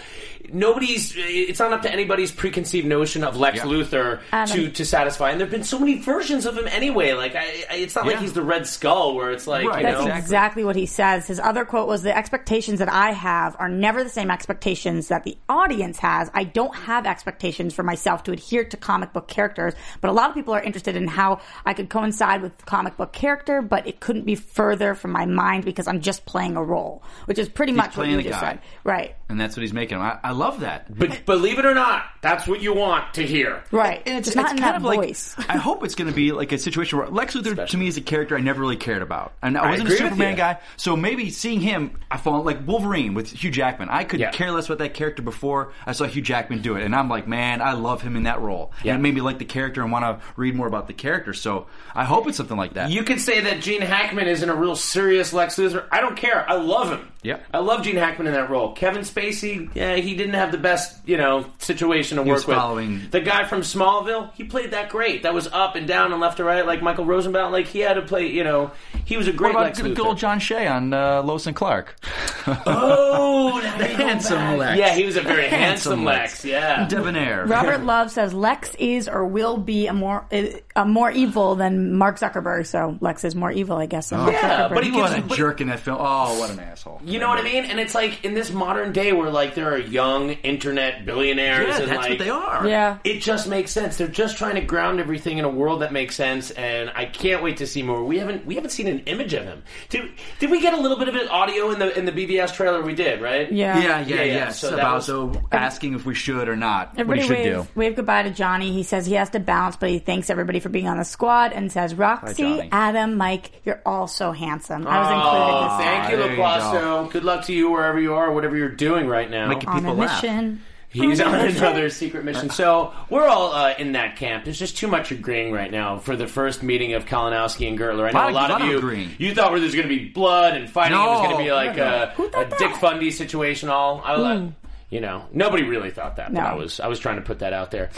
Speaker 2: Nobody's. It's not up to anybody's preconceived notion of Lex
Speaker 4: Yeah.
Speaker 2: Luthor
Speaker 3: Adam.
Speaker 2: to to satisfy. And there've been so many versions of him anyway. Like I, I, it's not like
Speaker 4: Yeah.
Speaker 2: he's the Red Skull where it's like
Speaker 4: Right,
Speaker 2: you know.
Speaker 3: That's exactly. what he says. His other quote was The expectations that I have are never the same expectations that the audience has. I don't have expectations for myself to adhere to comic book characters, but a lot of people are interested in how I could coincide with comic book character, but it couldn't be further from my mind because I'm just playing a role, which is pretty much what
Speaker 4: playing
Speaker 3: you
Speaker 4: a
Speaker 3: just
Speaker 4: guy.
Speaker 3: said. Right.
Speaker 4: And that's what he's making. I, I love that.
Speaker 2: But believe it or not, that's what you want to hear.
Speaker 3: Right.
Speaker 4: And it's,
Speaker 3: not
Speaker 4: it's
Speaker 3: in
Speaker 4: kind
Speaker 3: that
Speaker 4: of
Speaker 3: voice.
Speaker 4: like I hope it's going to be like a situation where Lex Luthor to me is a character I never really cared about, and I
Speaker 2: I
Speaker 4: wasn't a
Speaker 2: agree with
Speaker 4: Superman
Speaker 2: you.
Speaker 4: guy. So maybe seeing him, I fall like Wolverine with Hugh Jackman. I could
Speaker 2: Yeah.
Speaker 4: care less about that character before I saw Hugh Jackman do it, and I'm like, man, I love him in that role,
Speaker 2: Yeah.
Speaker 4: and it made me like the character and want to read more about the character. So I hope it's something like that.
Speaker 2: You could say that Gene Hackman isn't a real serious Lex Luthor. I don't care. I love him.
Speaker 4: Yep.
Speaker 2: I love Gene Hackman in that role. Kevin Spacey, yeah, he didn't have the best, you know, situation to work
Speaker 4: was following-
Speaker 2: with. The guy from Smallville, he played that great. That was up and down and left to right, like Michael Rosenbaum. Like he had to play, you know, he was a
Speaker 4: what
Speaker 2: great
Speaker 4: about
Speaker 2: Lex
Speaker 4: good,
Speaker 2: Luthor.
Speaker 4: good old John Shea on uh, Lois and Clark?
Speaker 2: Oh, now you go
Speaker 4: Handsome
Speaker 2: back.
Speaker 4: Lex.
Speaker 2: Yeah, he was a very handsome,
Speaker 4: Handsome
Speaker 2: Lex.
Speaker 4: Lex.
Speaker 2: Yeah.
Speaker 4: Debonair.
Speaker 3: Robert Love says Lex is or will be a more a more evil than Mark Zuckerberg. So Lex is more evil, I guess.
Speaker 4: Oh.
Speaker 3: Than Mark
Speaker 2: Yeah,
Speaker 3: Zuckerberg.
Speaker 2: but he
Speaker 4: What a
Speaker 2: gives-
Speaker 4: jerk in that film! Oh, what an asshole!
Speaker 2: You know what I mean? And it's like in this modern day where like there are young internet billionaires
Speaker 4: Yeah,
Speaker 2: and
Speaker 4: that's
Speaker 2: like
Speaker 4: what they are.
Speaker 3: yeah.
Speaker 2: It just makes sense. They're just trying to ground everything in a world that makes sense, and I can't wait to see more. We haven't we haven't seen an image of him. Did did we get a little bit of it audio in the in the BBS trailer? We did, right?
Speaker 3: Yeah.
Speaker 4: Yeah, yeah,
Speaker 2: Yeah, yeah.
Speaker 4: yes.
Speaker 2: So that
Speaker 4: about
Speaker 2: was-
Speaker 4: so asking if we should or not.
Speaker 3: Everybody
Speaker 4: what you should
Speaker 3: wave,
Speaker 4: do.
Speaker 3: wave goodbye to Johnny. He says he has to bounce, but he thanks everybody for being on the squad and says, Roxy,
Speaker 4: Johnny.
Speaker 3: Adam, Mike, you're all so handsome. I was included in
Speaker 2: Oh,
Speaker 3: this
Speaker 2: thank you,
Speaker 4: There you go.
Speaker 2: Laplasto. Good luck to you wherever you are, whatever you're doing right now.
Speaker 4: Making
Speaker 3: on a
Speaker 4: people laugh.
Speaker 3: mission.
Speaker 2: He's
Speaker 3: On
Speaker 2: on
Speaker 3: a mission.
Speaker 2: another secret mission. So we're all uh, in that camp. There's just too much agreeing right now for the first meeting of Kalinowski and Gertler. I know
Speaker 4: Lot
Speaker 2: a
Speaker 4: of-
Speaker 2: lot,
Speaker 4: lot
Speaker 2: of
Speaker 4: of
Speaker 2: you
Speaker 4: agreeing.
Speaker 2: you thought where there's going to be blood and fighting. It was
Speaker 4: No.
Speaker 2: going to be like a,
Speaker 3: Who
Speaker 2: a
Speaker 3: thought that? Hmm.
Speaker 2: Dick Fundy situation. All I like. You know, nobody really thought that, but
Speaker 3: No.
Speaker 2: I was I was trying to put that out there.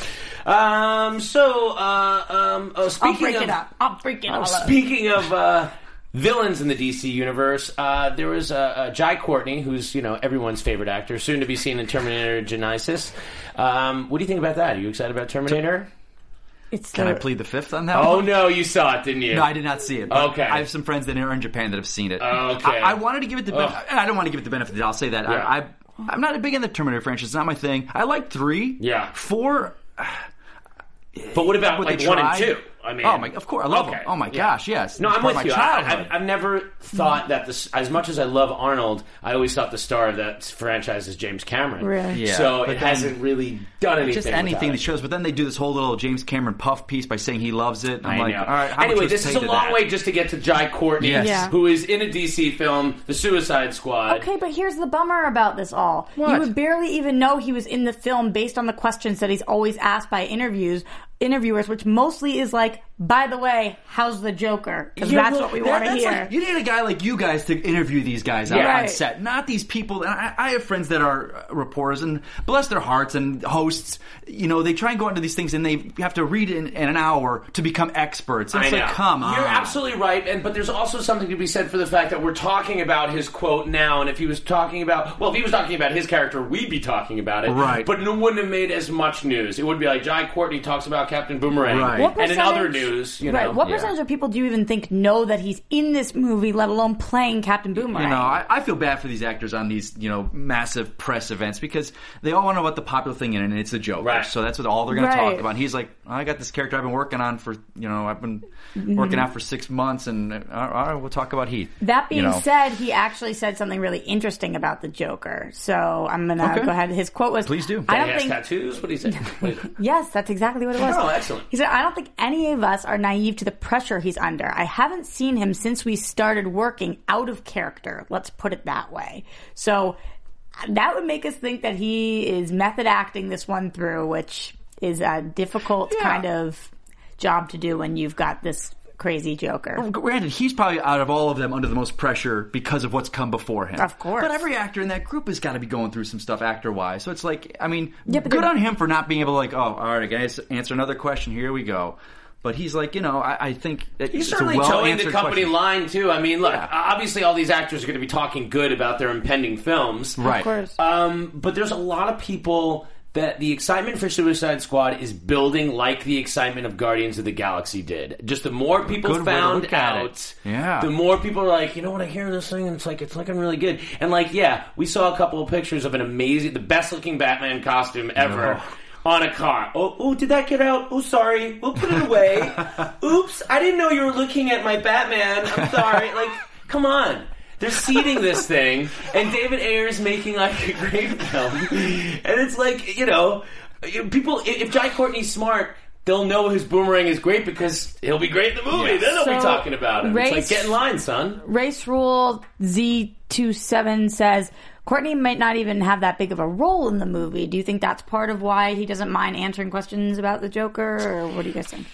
Speaker 2: Um, so, uh, um, oh,
Speaker 3: I'll
Speaker 2: speaking
Speaker 3: break
Speaker 2: of,
Speaker 3: it up. I'll break
Speaker 4: Oh,
Speaker 3: it all up.
Speaker 2: Speaking of uh, villains in the DC universe, uh, there was uh, uh, Jai Courtney, who's you know everyone's favorite actor, soon to be seen in Terminator Genisys. Um, what do you think about that? Are you excited about Terminator?
Speaker 3: It's
Speaker 4: Can I
Speaker 3: the-
Speaker 4: plead the fifth on that?
Speaker 2: Oh
Speaker 4: one?
Speaker 2: no, you saw it, didn't you?
Speaker 4: No, I did not see it. but
Speaker 2: Okay.
Speaker 4: I have some friends that are in Japan that have seen it.
Speaker 2: Okay.
Speaker 4: I, I wanted to give it the. Ben- I don't want to give it the benefit. of the doubt, I'll say that.
Speaker 2: Yeah.
Speaker 4: I, I, I'm not a big in the Terminator franchise. It's not my thing. I like three.
Speaker 2: Yeah.
Speaker 4: Four.
Speaker 2: But what about
Speaker 4: What
Speaker 2: like
Speaker 4: they
Speaker 2: one and
Speaker 4: tried?
Speaker 2: two? I mean,
Speaker 4: Oh my! Of course, I love
Speaker 2: Okay.
Speaker 4: them. Oh my
Speaker 2: Yeah.
Speaker 4: gosh, yes.
Speaker 2: No,
Speaker 4: It's
Speaker 2: I'm
Speaker 4: part of
Speaker 2: with
Speaker 4: my
Speaker 2: you. I,
Speaker 4: childhood.
Speaker 2: I've, I've never thought that this. As much as I love Arnold, I always thought the star of that franchise is James Cameron.
Speaker 3: Really?
Speaker 4: Yeah,
Speaker 2: So
Speaker 4: but
Speaker 2: it
Speaker 4: then-
Speaker 2: hasn't really done anything.
Speaker 4: just
Speaker 2: without
Speaker 4: anything
Speaker 2: it.
Speaker 4: that shows, but then they do this whole little James Cameron puff piece by saying he loves it. I'm
Speaker 2: I
Speaker 4: like,
Speaker 2: know.
Speaker 4: all right. How much
Speaker 2: anyway,
Speaker 4: was
Speaker 2: this is
Speaker 4: paid
Speaker 2: a
Speaker 4: to
Speaker 2: long
Speaker 4: that?
Speaker 2: way just to get to Jai Courtney,
Speaker 4: Yes.
Speaker 3: Yeah.
Speaker 2: who is in a DC film, The Suicide Squad.
Speaker 3: Okay, but here's the bummer about this all. You would barely even know he was in the film based on the questions that he's always asked by interviews interviewers, which mostly is like, by the way, how's the Joker? Because
Speaker 4: Yeah,
Speaker 3: that's
Speaker 4: well,
Speaker 3: what we
Speaker 4: that-
Speaker 3: want to
Speaker 4: that's
Speaker 3: hear.
Speaker 4: like- you need a guy like you guys to interview these guys out
Speaker 2: Yeah.
Speaker 4: on
Speaker 3: Right.
Speaker 4: set, not these people. And I, I have friends that are uh, reporters, and bless their hearts, and hosts. You know, they try and go into these things, and they have to read in, in an hour to become experts. It's
Speaker 2: I
Speaker 4: like,
Speaker 2: know.
Speaker 4: come on,
Speaker 2: You're absolutely right, and but there's also something to be said for the fact that we're talking about his quote now, and if he was talking about, well, if he was talking about his character, we'd be talking about it,
Speaker 4: Right.
Speaker 2: But it wouldn't have made as much news. It would be like Jai Courtney talks about Captain Boomerang,
Speaker 4: Right.
Speaker 3: What
Speaker 2: and in other
Speaker 3: percentage-
Speaker 2: news, you know,
Speaker 3: right? What
Speaker 2: yeah.
Speaker 3: percentage of people do you even think know that he's in this movie, let alone playing Captain Boomerang?
Speaker 4: You know, I, I feel bad for these actors on these, you know, massive press events because they all want to know what the popular thing is, and it's a joke.
Speaker 2: Right.
Speaker 4: So that's what all they're going to
Speaker 3: Right.
Speaker 4: talk about. He's like, I got this character I've been working on for, you know, I've been working out for six months, and uh, all right, we'll talk about Heath.
Speaker 3: Mm-hmm. that
Speaker 4: you
Speaker 3: being
Speaker 4: know.
Speaker 3: said, he actually said something really interesting about the Joker. So I'm gonna
Speaker 4: Okay.
Speaker 3: go ahead. His quote was,
Speaker 4: Please do.
Speaker 3: I
Speaker 2: He
Speaker 3: don't
Speaker 2: has
Speaker 3: think
Speaker 2: tattoos. What do you say? Wait.
Speaker 3: Yes, that's exactly what it was.
Speaker 2: Oh, excellent.
Speaker 3: He said, I don't think any of us are naive to the pressure he's under. I haven't seen him since we started working out of character. Let's put it that way. So that would make us think that he is method acting this one through, which is a difficult kind of job to do when you've got this crazy Joker.
Speaker 4: Granted, he's probably out of all of them under the most pressure because of what's come before him.
Speaker 3: Of course.
Speaker 4: But every actor in that group has got to be going through some stuff actor wise. So it's like, I mean,
Speaker 3: but
Speaker 4: good
Speaker 3: they're-
Speaker 4: on him for not being able to, like, oh, all right, guys, answer another question. Here we go. But he's like, you know, I, I think that
Speaker 2: He's
Speaker 4: it's a
Speaker 2: certainly towing the
Speaker 4: well-answered
Speaker 2: company
Speaker 4: question.
Speaker 2: line too. I mean, look, obviously all these actors are going to be talking good about their impending films,
Speaker 4: Right.
Speaker 2: Um, but there's a lot of people that the excitement for Suicide Squad is building like the excitement of Guardians of the Galaxy did. Just the more people
Speaker 4: Good way to
Speaker 2: found
Speaker 4: look at
Speaker 2: out,
Speaker 4: it. Yeah.
Speaker 2: the more people are like, you know what, I hear this thing and it's like, it's looking really good. And like, yeah, we saw a couple of pictures of an amazing, the best looking Batman costume ever. On a car. Oh, oh, did that get out? Oh, sorry. We'll put it away. Oops, I didn't know you were looking at my Batman. I'm sorry. Like, come on. They're seeding this thing, and David Ayer's making like a great film. And it's like, you know, people, if- if Jai Courtney's smart, they'll know his boomerang is great because he'll be great in the movie. Then they'll be
Speaker 3: So,
Speaker 2: talking about him. It's like,
Speaker 3: race-
Speaker 2: get in line, son.
Speaker 3: Race Rule Z27 says Courtney might not even have that big of a role in the movie. Do you think that's part of why he doesn't mind answering questions about the Joker, or what do you guys think?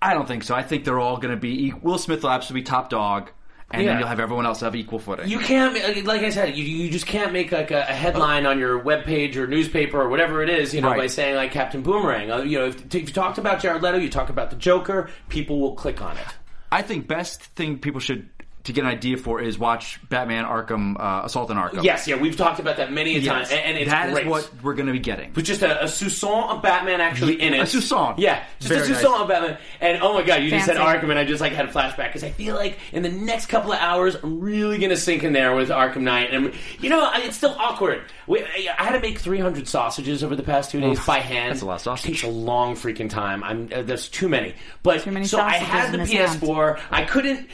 Speaker 4: I don't think so. I think they're all going to be, e, Will Smith will absolutely be top dog, and
Speaker 2: Yeah.
Speaker 4: then you'll have everyone else have equal footing.
Speaker 2: You can't, like- like I said, you, you just can't make like a, a headline on your webpage or newspaper or whatever it is, you know,
Speaker 4: Right.
Speaker 2: by saying like Captain Boomerang. Uh, You know, if, if you talked about Jared Leto, you talk about the Joker, people will click on it.
Speaker 4: I think best thing people should to get an idea for is watch Batman Arkham uh, Assault on Arkham.
Speaker 2: Yes, yeah, we've talked about that many a time,
Speaker 4: Yes.
Speaker 2: and, and it's
Speaker 4: That is
Speaker 2: great.
Speaker 4: what we're going to be getting.
Speaker 2: with just a, a Sousson of Batman actually in it.
Speaker 4: A Sousson.
Speaker 2: Yeah, just
Speaker 4: Very
Speaker 2: a Sousson of Batman. And oh my god, you just said
Speaker 3: Fancy.
Speaker 2: Arkham, and I just like had a flashback because I feel like in the next couple of hours, I'm really gonna sink in there with Arkham Knight. And you know, I, it's still awkward. We, I, I had to make 300 sausages over the past two days by hand.
Speaker 4: that's a lot of sausage.
Speaker 2: It takes a long freaking time. I'm uh, there's too many. But
Speaker 3: Too many
Speaker 2: so I had
Speaker 3: sausages
Speaker 2: the
Speaker 3: in his hand.
Speaker 2: PS4. I couldn't. uh,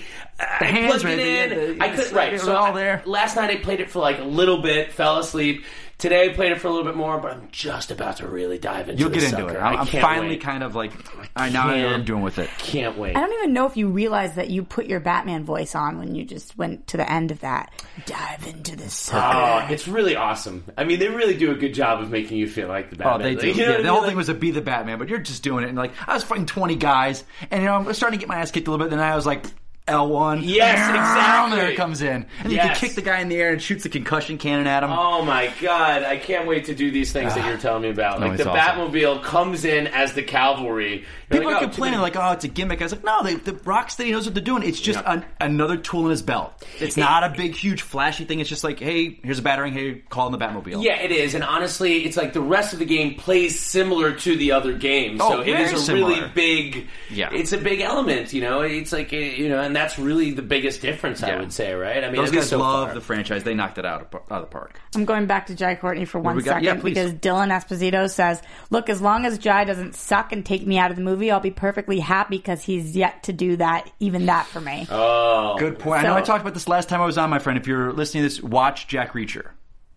Speaker 2: I
Speaker 4: hands
Speaker 2: plugged
Speaker 4: were
Speaker 2: it
Speaker 4: in the-
Speaker 2: in. I
Speaker 4: it's-
Speaker 2: could right.
Speaker 4: it
Speaker 2: So
Speaker 4: was all
Speaker 2: I-
Speaker 4: there.
Speaker 2: last night I played it for like a little bit, fell asleep. Today I played it for a little bit more, but I'm just about to really dive into.
Speaker 4: You'll
Speaker 2: this
Speaker 4: get into
Speaker 2: sucker.
Speaker 4: it.
Speaker 2: I
Speaker 4: I'm, I'm
Speaker 2: can't
Speaker 4: finally
Speaker 2: wait.
Speaker 4: kind of like, all right, now I know what I'm doing with it.
Speaker 2: Can't wait.
Speaker 3: I don't even know if you realize that you put your Batman voice on when you just went to the end of that. Dive into the
Speaker 2: Oh,
Speaker 3: sucker.
Speaker 2: it's really awesome. I mean, they really do a good job of making you feel like the
Speaker 4: Oh,
Speaker 2: Batman.
Speaker 4: they
Speaker 2: Like,
Speaker 4: do.
Speaker 2: you know
Speaker 4: yeah,
Speaker 2: what I
Speaker 4: the
Speaker 2: mean?
Speaker 4: whole
Speaker 2: Like,
Speaker 4: thing was to be the Batman, but you're just doing it. And like, I was fighting 20 guys, and you know, I'm starting to get my ass kicked a little bit. Then I was like, L1.
Speaker 2: Yes,
Speaker 4: Bam,
Speaker 2: exactly.
Speaker 4: There it comes in, and you
Speaker 2: Yes.
Speaker 4: can kick the guy in the air and shoots the concussion cannon at him.
Speaker 2: Oh my god! I can't wait to do these things that you're telling me about. Like
Speaker 4: it's
Speaker 2: the
Speaker 4: Ah, awesome.
Speaker 2: Batmobile comes in as the cavalry. You're
Speaker 4: People
Speaker 2: like,
Speaker 4: are
Speaker 2: oh,
Speaker 4: complaining like, "Oh, it's a gimmick." I was like, "No, they, the Rocksteady knows what they're doing. It's just an, another tool in his belt. It's not a big, huge, flashy thing. It's just like, hey, here's a battering. Hey, call in the Batmobile."
Speaker 2: Yeah, it is, and honestly, it's like the rest of the game plays similar to the other games. so
Speaker 4: Oh,
Speaker 2: it is
Speaker 4: very
Speaker 2: a
Speaker 4: similar.
Speaker 2: really big.
Speaker 4: Yeah.
Speaker 2: it's a big element. You know, it's like uh, you know, and that's really the biggest difference I
Speaker 4: Yeah.
Speaker 2: would say, right? I mean,
Speaker 4: those
Speaker 2: at least
Speaker 4: guys
Speaker 2: so
Speaker 4: love
Speaker 2: far.
Speaker 4: the franchise. They knocked it out of, out of the park.
Speaker 3: I'm going back to Jai Courtney for one
Speaker 4: we got?
Speaker 3: second
Speaker 4: Yeah, please.
Speaker 3: because Dylan Esposito says, Look, as long as Jai doesn't suck and take me out of the movie, I'll be perfectly happy because he's yet to do that, even that for me.
Speaker 4: Oh. Good point. I know I talked about this last time I was on, my friend. If you're listening to this, watch Jack Reacher.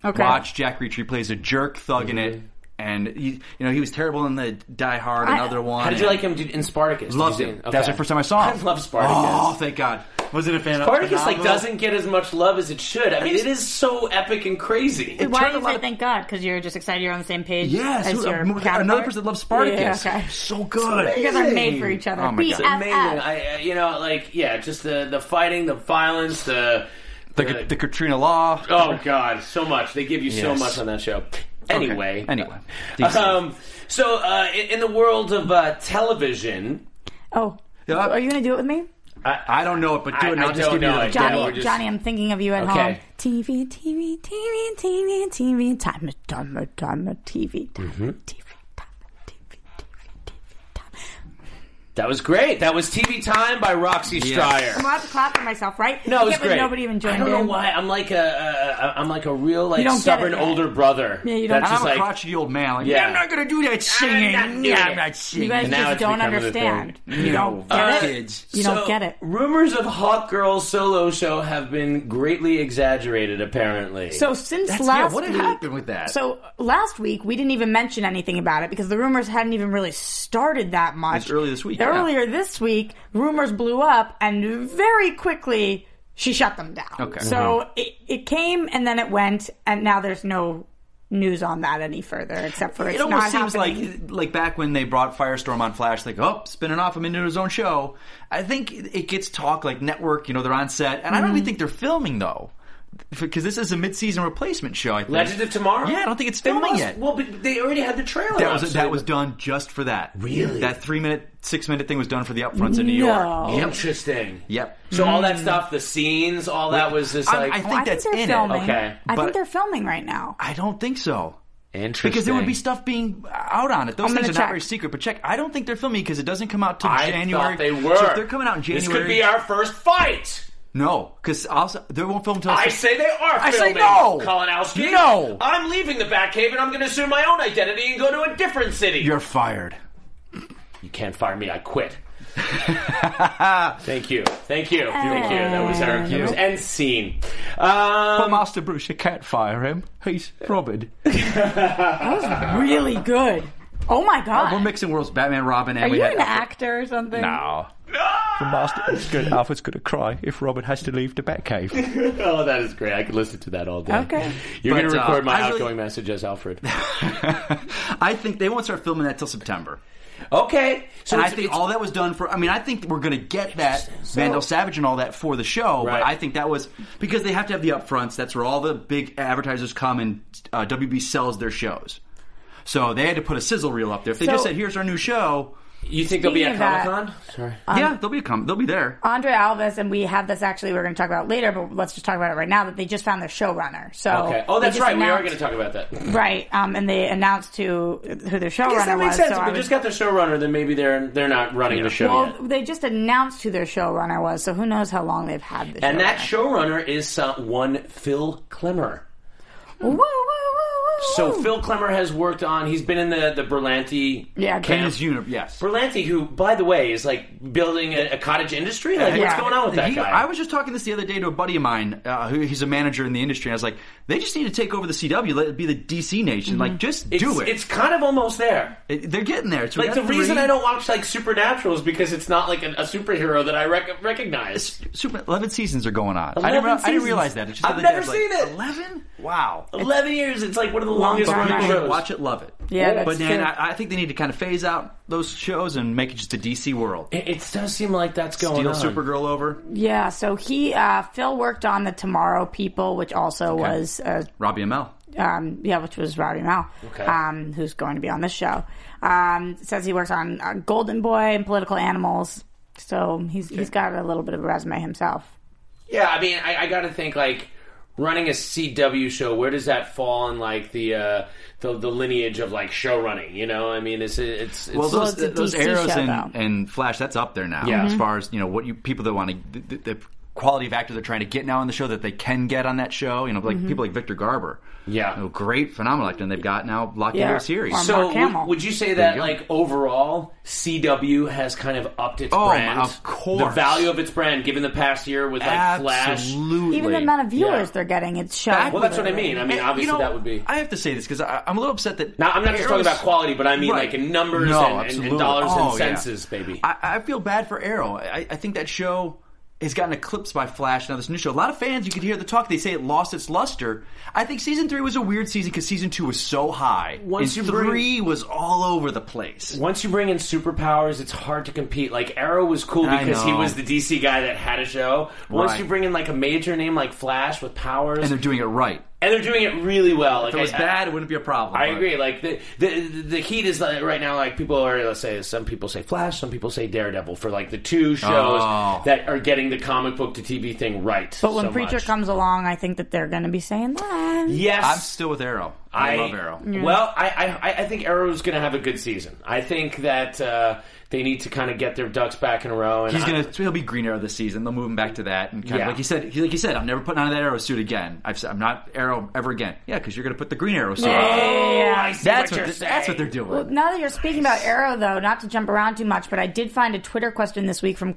Speaker 3: Okay.
Speaker 2: Mm-hmm.
Speaker 4: Watch Jack Reacher. He plays a jerk thug in it. And he, you know, he was terrible in the Die Hard, another one.
Speaker 2: How did you like him in Spartacus?
Speaker 4: Loved
Speaker 2: Did you
Speaker 4: him.
Speaker 2: see Okay.
Speaker 4: That's the first time I saw him.
Speaker 2: I love Spartacus.
Speaker 4: Oh, thank God. Wasn't a fan of
Speaker 2: Spartacus like
Speaker 4: phenomenal.
Speaker 2: doesn't get as much love as it should. I mean, it is so epic and crazy. It
Speaker 3: Why
Speaker 2: turned
Speaker 3: do
Speaker 2: a
Speaker 3: you
Speaker 2: lot
Speaker 3: say
Speaker 2: of-
Speaker 3: thank God? Because you're just excited you're on the same page
Speaker 4: Yes,
Speaker 3: as
Speaker 4: who- uh,
Speaker 3: your
Speaker 4: another
Speaker 3: counterpart?
Speaker 4: person that loves Spartacus.
Speaker 3: Yeah, okay.
Speaker 4: So good.
Speaker 3: You guys are made for each other.
Speaker 4: Oh my God.
Speaker 2: It's
Speaker 3: BFF.
Speaker 2: amazing. I, I- you know, like yeah, just the the fighting, the violence, the
Speaker 4: The, the Katrina Law.
Speaker 2: oh god, so much. They give you so
Speaker 4: Yes.
Speaker 2: much on that show. Anyway,
Speaker 4: Anyway.
Speaker 2: Um, so uh, in, in the world of uh, television,
Speaker 3: Oh,
Speaker 4: Yeah.
Speaker 3: are you going to do it with me?
Speaker 4: I don't know it, but do
Speaker 2: I-
Speaker 4: it. and I'll
Speaker 2: I
Speaker 4: just
Speaker 2: don't
Speaker 4: give you
Speaker 2: know
Speaker 4: the
Speaker 2: it.
Speaker 3: Johnny,
Speaker 2: Yeah, we're just-
Speaker 3: Johnny, I'm thinking of you at
Speaker 2: Okay.
Speaker 3: home. TV, TV, TV, TV, TV, time, time, time, TV, time,
Speaker 2: Mm-hmm.
Speaker 3: TV, time, TV, TV, time.
Speaker 2: that was great. That was TV time by Roxy Stryer.
Speaker 3: I'm allowed to clap for myself, right?
Speaker 2: No, it was
Speaker 3: Yeah, but
Speaker 2: great.
Speaker 3: Nobody even joined
Speaker 2: I don't know
Speaker 3: in.
Speaker 2: why. I'm like a, a, a I'm like a real like
Speaker 3: don't get
Speaker 2: stubborn
Speaker 3: it.
Speaker 2: older brother.
Speaker 3: Yeah, you don't-
Speaker 2: That's
Speaker 4: I'm
Speaker 2: just
Speaker 4: a
Speaker 2: like
Speaker 4: crotchety old man. Like,
Speaker 2: Yeah.
Speaker 4: I'm not going to do that singing.
Speaker 2: not doing
Speaker 4: Yeah,
Speaker 2: it.
Speaker 4: I'm not
Speaker 3: You
Speaker 4: singing.
Speaker 3: guys
Speaker 2: now
Speaker 3: just
Speaker 2: it's
Speaker 3: don't
Speaker 2: becoming a thing.
Speaker 3: understand. You don't get
Speaker 4: Uh,
Speaker 3: it.
Speaker 4: kids.
Speaker 3: You
Speaker 2: So,
Speaker 3: don't get it.
Speaker 2: Rumors of Hawk Girl's solo show have been greatly exaggerated, apparently.
Speaker 3: So since
Speaker 4: That's- yeah,
Speaker 3: last
Speaker 4: what had
Speaker 3: week,
Speaker 4: happened with that?
Speaker 3: So last week we didn't even mention anything about it because the rumors hadn't even really started that much.
Speaker 4: It's early this week, yeah.
Speaker 3: Earlier this week, rumors blew up, and very quickly she shut them down.
Speaker 4: Okay. Uh-huh.
Speaker 3: So it, it came and then it went, and now there's no news on that any further except for it's
Speaker 4: it
Speaker 3: not
Speaker 4: almost seems
Speaker 3: happening.
Speaker 4: like like back when they brought Firestorm on Flash, like oh, spinning off him into his own show. I think it gets talk like network. You know, they're on set, and I
Speaker 3: Mm-hmm.
Speaker 4: don't even think they're filming though, because this is a mid-season replacement show. I think.
Speaker 2: Legend of Tomorrow.
Speaker 4: Yeah, I don't think it's
Speaker 2: They
Speaker 4: filming
Speaker 2: must-
Speaker 4: yet.
Speaker 2: Well, but they already had the trailer.
Speaker 4: that
Speaker 2: up,
Speaker 4: was
Speaker 2: so
Speaker 4: that
Speaker 2: they-
Speaker 4: was done just for that.
Speaker 2: Really?
Speaker 4: that three-minute, six-minute thing was done for the upfronts in New
Speaker 3: No.
Speaker 4: York.
Speaker 2: Oh, interesting.
Speaker 4: Yep.
Speaker 2: So all that stuff, the scenes, all that was just
Speaker 4: I-
Speaker 2: like
Speaker 4: I
Speaker 3: Oh, I
Speaker 4: think that's
Speaker 3: they're
Speaker 4: in it.
Speaker 3: filming.
Speaker 2: Okay.
Speaker 3: I think
Speaker 4: But-
Speaker 3: they're filming right now.
Speaker 4: I don't think so.
Speaker 2: interesting
Speaker 4: Because there would be stuff being out on it. Those
Speaker 3: I'm
Speaker 4: things are
Speaker 3: gonna
Speaker 4: not
Speaker 3: check.
Speaker 4: very secret. But check, I don't think they're filming because it doesn't come out till
Speaker 2: I
Speaker 4: January.
Speaker 2: thought they were.
Speaker 4: So if they're coming out in January,
Speaker 2: This could be our first fight.
Speaker 4: no, because also they won't film till
Speaker 2: I say they are.
Speaker 4: I say
Speaker 2: filming,
Speaker 4: no.
Speaker 2: Kolonowski.
Speaker 4: No.
Speaker 2: I'm leaving the Batcave and I'm going to assume my own identity and go to a different city.
Speaker 4: you're fired.
Speaker 2: you can't fire me. I quit. Thank you. Thank you. Thank you. That was our that was end scene. Um,
Speaker 4: Master Bruce, you can't fire him. He's Robin.
Speaker 3: Really good. Oh my god.
Speaker 4: We're mixing worlds, Batman, Robin, and
Speaker 3: Are
Speaker 4: we
Speaker 3: you
Speaker 4: had
Speaker 3: an actor or something?
Speaker 4: No. The master is good. Alfred's going to cry if Robin has to leave the Batcave.
Speaker 2: oh, that is great. I could listen to that all day.
Speaker 3: Okay.
Speaker 2: You're
Speaker 4: But,
Speaker 2: going to record
Speaker 4: uh,
Speaker 2: my
Speaker 4: I really-
Speaker 2: outgoing message as Alfred.
Speaker 4: I think they won't start filming that till September.
Speaker 2: okay. So
Speaker 4: and I
Speaker 2: it's-
Speaker 4: think
Speaker 2: it's-
Speaker 4: all that was done for. I mean, I think we're going to get that Vandal Savage and all that for the show.
Speaker 2: Right.
Speaker 4: But I think that was because they have to have the upfronts. That's where all the big advertisers come and uh, WB sells their shows. So they had to put a sizzle reel up there. If they just
Speaker 3: So-
Speaker 4: said, "Here's our new show,"
Speaker 2: you think they'll be at
Speaker 3: Speaking
Speaker 2: Comic
Speaker 3: of
Speaker 2: Con? Sorry.
Speaker 4: yeah, they'll be come. They'll be there.
Speaker 3: Andre Alves, and we have this actually we're going to talk about it later, but let's just talk about it right now that they just found their showrunner. So
Speaker 2: Okay. Oh,
Speaker 3: they
Speaker 2: that's
Speaker 3: just
Speaker 2: right. We are
Speaker 3: announced-
Speaker 2: going to talk about that.
Speaker 3: Right, um, and they announced to who their showrunner
Speaker 2: I guess that makes
Speaker 3: was.
Speaker 2: sense.
Speaker 3: so
Speaker 2: if
Speaker 3: I
Speaker 2: they
Speaker 3: was-
Speaker 2: just got the showrunner, then maybe they're they're not running the show
Speaker 3: well,
Speaker 2: yet.
Speaker 3: they just announced who their showrunner was, so who knows how long they've had the
Speaker 2: And that
Speaker 3: showrunner.
Speaker 2: showrunner is uh, one Phil Klemmer.
Speaker 3: Woo, woo, woo, woo,
Speaker 2: So
Speaker 3: woo.
Speaker 2: Phil Klemmer has worked on. He's been in the the Berlanti
Speaker 3: Yeah,
Speaker 4: In his
Speaker 2: camp.
Speaker 4: uni- yes.
Speaker 2: Berlanti, who by the way is like building a, a cottage industry. Like what's
Speaker 3: Yeah.
Speaker 2: going on with that
Speaker 4: He-
Speaker 2: guy?
Speaker 4: I was just talking this the other day to a buddy of mine, uh, who he's a manager in the industry. And I was like, they just need to take over the CW, let it be the DC nation. Like, just
Speaker 2: Mm-hmm. it's,
Speaker 4: do it.
Speaker 2: It's kind of almost there.
Speaker 4: It- They're getting there. So we
Speaker 2: Like the
Speaker 4: got
Speaker 2: reason
Speaker 4: three.
Speaker 2: I don't watch like Supernatural is because it's not like an, a superhero that I rec- recognize.
Speaker 4: Super, eleven seasons are going on. I didn't,
Speaker 2: 11
Speaker 4: re- I didn't
Speaker 2: seasons.
Speaker 4: realize that. It's just the
Speaker 2: I've
Speaker 4: other day,
Speaker 2: never
Speaker 4: I was like,
Speaker 2: seen it.
Speaker 4: Eleven? Wow.
Speaker 2: Eleven years. It's like one of the longest
Speaker 3: time.
Speaker 2: running
Speaker 4: People should
Speaker 2: shows.
Speaker 4: watch it, love it.
Speaker 3: Yeah, that's
Speaker 4: but then
Speaker 3: true.
Speaker 4: I, I think they need to kind of phase out those shows and make it just a DC world.
Speaker 2: It, it does seem like that's going
Speaker 4: Deal
Speaker 2: on.
Speaker 4: Supergirl over.
Speaker 3: yeah, so he uh, Phil worked on the Tomorrow People, which also was uh,
Speaker 4: Robbie Amell.
Speaker 3: um, yeah, which was Robbie Mao, um, who's going to be on this show. Um, says he works on uh, Golden Boy and Political Animals, so he's he's got a little bit of a resume himself.
Speaker 2: Yeah, I mean, I, I got to think like running a CW show. Where does that fall in like the uh, the, the lineage of like show running? You know, I mean, it's it's, it's
Speaker 4: Well, those,
Speaker 3: it's a
Speaker 4: those
Speaker 3: DC
Speaker 4: arrows
Speaker 3: show,
Speaker 4: and,
Speaker 3: though.
Speaker 4: and Flash, that's up there now.
Speaker 2: Yeah.
Speaker 4: As far as you know, what you people that want to the, the quality of actor they're trying to get now on the show that they can get on that show. You know, like people like Victor Garber.
Speaker 2: Yeah.
Speaker 4: You know, great, phenomenal actor, and they've got now locked
Speaker 3: Yeah.
Speaker 4: into a series.
Speaker 3: Or
Speaker 2: So
Speaker 3: Mark Hamill.
Speaker 2: would, would you say that
Speaker 4: you go.
Speaker 2: like overall CW has kind of upped its
Speaker 4: Oh,
Speaker 2: brand?
Speaker 4: my- of course.
Speaker 2: The value of its brand given the past year with like Flash.
Speaker 4: Absolutely.
Speaker 3: Even the amount of viewers
Speaker 2: Yeah.
Speaker 3: they're getting, it's shot.
Speaker 4: Back-
Speaker 2: Well, that's what I mean. I mean,
Speaker 4: And,
Speaker 2: obviously
Speaker 4: you know,
Speaker 2: that would be.
Speaker 4: I have to say this because I'm a little upset that.
Speaker 2: Now, I'm not just talking
Speaker 4: Arrow's-
Speaker 2: about quality, but I mean, like, in numbers and- and- and
Speaker 4: absolutely.
Speaker 2: dollars and
Speaker 4: Oh, yeah.
Speaker 2: senses, baby.
Speaker 4: I, I feel bad for Arrow. I, I think that show has gotten eclipsed by Flash. Now this new show, a lot of fans, you could hear the talk. They say it lost its luster. I think season three was a weird season because season two was so high.
Speaker 2: Once
Speaker 4: and
Speaker 2: you bring-
Speaker 4: three was all over the place.
Speaker 2: Once you bring in superpowers, it's hard to compete. Like Arrow was cool
Speaker 4: I
Speaker 2: because he
Speaker 4: know.
Speaker 2: was the DC guy that had a show. Once
Speaker 4: Right.
Speaker 2: you bring in like a major name like Flash with powers,
Speaker 4: And they're doing it right.
Speaker 2: and they're doing it really well. Like
Speaker 4: If it was
Speaker 2: I-
Speaker 4: bad, it wouldn't be a problem.
Speaker 2: I
Speaker 4: but-
Speaker 2: agree. Like the the the heat is like, right now. Like people are let's say some people say Flash, some people say Daredevil for like the two shows
Speaker 4: Oh.
Speaker 2: that are getting the comic book to TV thing right.
Speaker 3: but when
Speaker 2: so
Speaker 3: Preacher
Speaker 2: much.
Speaker 3: comes along, I think that they're going to be saying that.
Speaker 2: yes,
Speaker 4: I'm still with Arrow. I, love Arrow.
Speaker 2: Well, I I- I, I think Arrow's going to have a good season. I think that uh, they need to kind of get their ducks back in a row. And
Speaker 4: He's
Speaker 2: I-
Speaker 4: gonna he'll be Green Arrow this season. They'll move him back to that, and kind
Speaker 2: Yeah.
Speaker 4: of like he said, he, like he said, I'm never putting on that Arrow suit again. I've said, I'm not Arrow ever again. Yeah, because you're gonna put the Green Arrow suit. on.
Speaker 2: Oh, I see what
Speaker 4: That's what,
Speaker 2: you're
Speaker 4: th- that's what
Speaker 2: saying.
Speaker 4: they're doing.
Speaker 3: Well, now that you're speaking about Arrow, though, not to jump around too much, but I did find a Twitter question this week from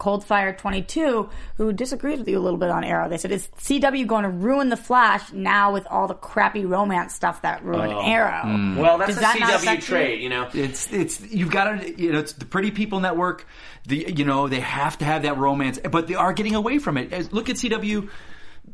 Speaker 3: Coldfire22 who disagrees with you a little bit on Arrow. They said, "Is CW going to ruin the Flash now with all the crappy romance stuff that ruined
Speaker 2: Oh.
Speaker 3: Arrow?"
Speaker 2: Well, that's
Speaker 3: Does
Speaker 2: a
Speaker 3: that not
Speaker 2: CW
Speaker 3: affect you?
Speaker 2: trait, you know.
Speaker 4: It's it's you've got to you know it's the Pretty People Network. The you know they have to have that romance, but they are getting away from it. As- Look at CW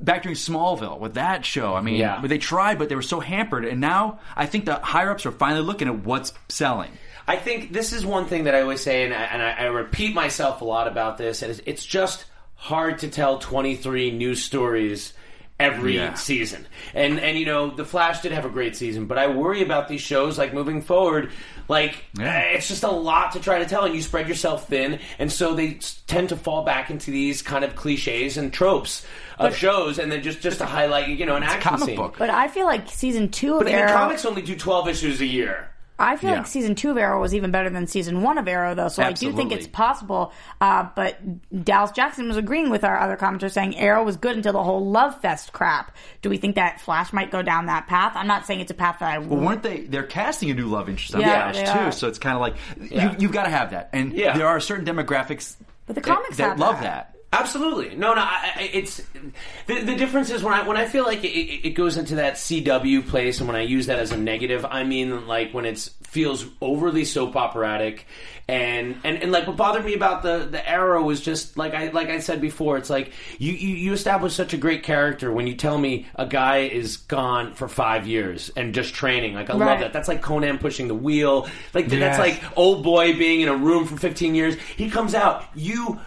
Speaker 4: back during Smallville with that show. I mean,
Speaker 2: Yeah.
Speaker 4: they tried, but they were so hampered, and now I think the higher ups are finally looking at what's selling.
Speaker 2: I think this is one thing that I always say, and I, and I, I repeat myself a lot about this, and it's, it's just hard to tell 23 news stories every
Speaker 4: Yeah.
Speaker 2: season. And and you know, The Flash did have a great season, but I worry about these shows like moving forward, like
Speaker 4: Yeah.
Speaker 2: eh, it's just a lot to try to tell and you spread yourself thin, and so they s- tend to fall back into these kind of clichés and tropes of shows and then just just to highlight, you know, an action
Speaker 4: comic
Speaker 2: scene.
Speaker 4: book.
Speaker 3: But I feel like season two of
Speaker 2: But even
Speaker 3: Arrow.
Speaker 2: comics only do 12 issues a year.
Speaker 3: I feel
Speaker 4: Yeah.
Speaker 3: like season two of Arrow was even better than season one of Arrow, though. So I do think
Speaker 4: Absolutely.
Speaker 3: it's possible. Uh, but Dallas Jackson was agreeing with our other commenter, saying Arrow was good until the whole love fest crap. Do we think that Flash might go down that path? I'm not saying it's a path that I.
Speaker 4: Well, weren't they? They're casting a new love interest on
Speaker 3: Yeah,
Speaker 4: Flash
Speaker 3: they
Speaker 4: too,
Speaker 3: are.
Speaker 4: so it's kind of like
Speaker 2: Yeah.
Speaker 4: you, you've got to have that, and
Speaker 2: Yeah.
Speaker 4: there are certain demographics
Speaker 3: But the
Speaker 4: that-
Speaker 3: comics
Speaker 4: that,
Speaker 3: have
Speaker 4: love
Speaker 3: that.
Speaker 4: that.
Speaker 2: Absolutely, no, no. I, I- it's the, the difference is when I when I feel like it, it it goes into that CW place, and when I use that as a negative, I mean like when it feels overly soap operatic, and, and and like what bothered me about the the Arrow was just like I like I said before, it's like you you, you establish such a great character when you tell me a guy is gone for five years and just training. Like I love
Speaker 3: Right.
Speaker 2: that. That's like Conan pushing the wheel. Like th- that's
Speaker 4: Yes.
Speaker 2: like old boy being in a room for 15 years. He comes out. You,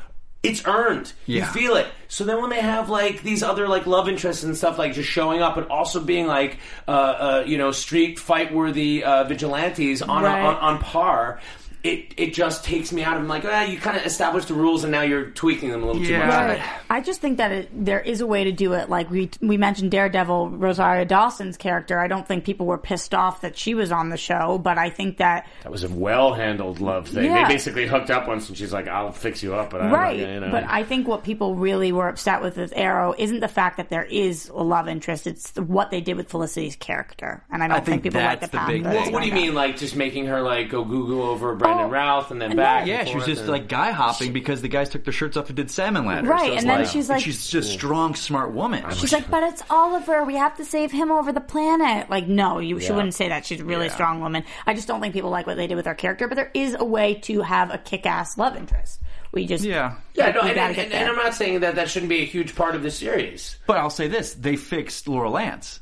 Speaker 2: it's earned. You
Speaker 4: Yeah.
Speaker 2: feel it. So then when they have like these other like love interests and stuff like just showing up and also being like, uh, uh, you know, street fight worthy uh, vigilantes on,
Speaker 3: Right.
Speaker 2: on on par. It, it just takes me out of like ah, you kind of established the rules and now you're tweaking them a little too
Speaker 4: Yeah.
Speaker 2: much.
Speaker 4: Right.
Speaker 3: I just think that it, there is a way to do it. Like we we mentioned, Daredevil Rosario Dawson's character. I don't think people were pissed off that she was on the show, but I think that
Speaker 2: That was a well handled love thing.
Speaker 3: Yeah.
Speaker 2: They basically hooked up once and she's like, I'll fix you up, but I'm
Speaker 3: Right.
Speaker 2: not gonna, you know.
Speaker 3: But I think what people really were upset with with Arrow isn't the fact that there is a love interest, it's the- what they did with Felicity's character. And I don't
Speaker 4: I
Speaker 3: think,
Speaker 4: think
Speaker 3: people like the
Speaker 4: that's the
Speaker 3: path.
Speaker 4: big
Speaker 3: that
Speaker 4: thing.
Speaker 3: it's
Speaker 2: What, what do you
Speaker 3: going
Speaker 2: mean,
Speaker 3: down.
Speaker 2: like just making her like go goo goo over Brandon
Speaker 3: Oh,
Speaker 2: Routh and then
Speaker 3: and
Speaker 2: back?
Speaker 3: then-
Speaker 4: Yeah,
Speaker 2: and
Speaker 4: she was
Speaker 2: forth
Speaker 4: just
Speaker 2: and-
Speaker 4: like guy hopping because the guys took their shirts off and did salmon ladders.
Speaker 3: Right,
Speaker 4: So it's
Speaker 3: and then she's
Speaker 4: and
Speaker 3: like-
Speaker 4: she's just strong, smart woman.
Speaker 3: She's like, but it's Oliver. We have to save him over the planet. Like, no, you, she wouldn't say that. She's a really strong woman. I just don't think people like what they did with her character. But there is a way to have a kick-ass love interest. We just
Speaker 4: yeah.
Speaker 2: yeah, no,
Speaker 3: we
Speaker 2: and, and,
Speaker 3: gotta get
Speaker 2: and, and
Speaker 3: there.
Speaker 2: I'm not saying that that shouldn't be a huge part of the series.
Speaker 4: But I'll say this: they fixed Laura Lance.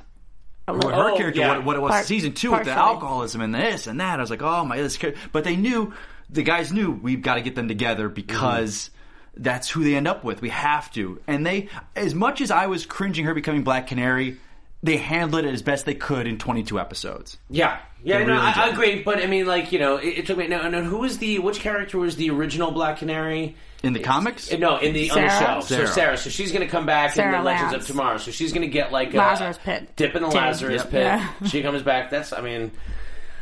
Speaker 3: little-
Speaker 4: her
Speaker 2: Oh,
Speaker 4: character,
Speaker 2: yeah.
Speaker 4: what, what it was
Speaker 3: Part-
Speaker 4: season two with the
Speaker 3: partially.
Speaker 4: alcoholism and this and that. I was like, oh my, this. Character. But they knew the guys knew we've got to get them together because. That's who they end up with. We have to. And they, as much as I was cringing her becoming Black Canary, they handled it as best they could in 22 episodes.
Speaker 2: Yeah, yeah,
Speaker 4: They
Speaker 2: no,
Speaker 4: really
Speaker 2: I, I
Speaker 4: did.
Speaker 2: agree. But I mean, like you know, it, it took me. No, and who was the which character was the original Black Canary? Uh,
Speaker 4: In the comics?
Speaker 2: No, in the on the
Speaker 3: Sarah?
Speaker 2: show. So
Speaker 4: Sarah.
Speaker 2: Sarah. So she's going to come back in
Speaker 3: Sarah
Speaker 2: the Legends
Speaker 3: Lance.
Speaker 2: of Tomorrow. So she's going to get like
Speaker 3: Lazarus
Speaker 2: a
Speaker 3: Pit.
Speaker 2: dip in the
Speaker 3: Dig.
Speaker 2: Lazarus
Speaker 3: Yep.
Speaker 2: pit.
Speaker 3: Yeah.
Speaker 2: She comes back. That's I mean.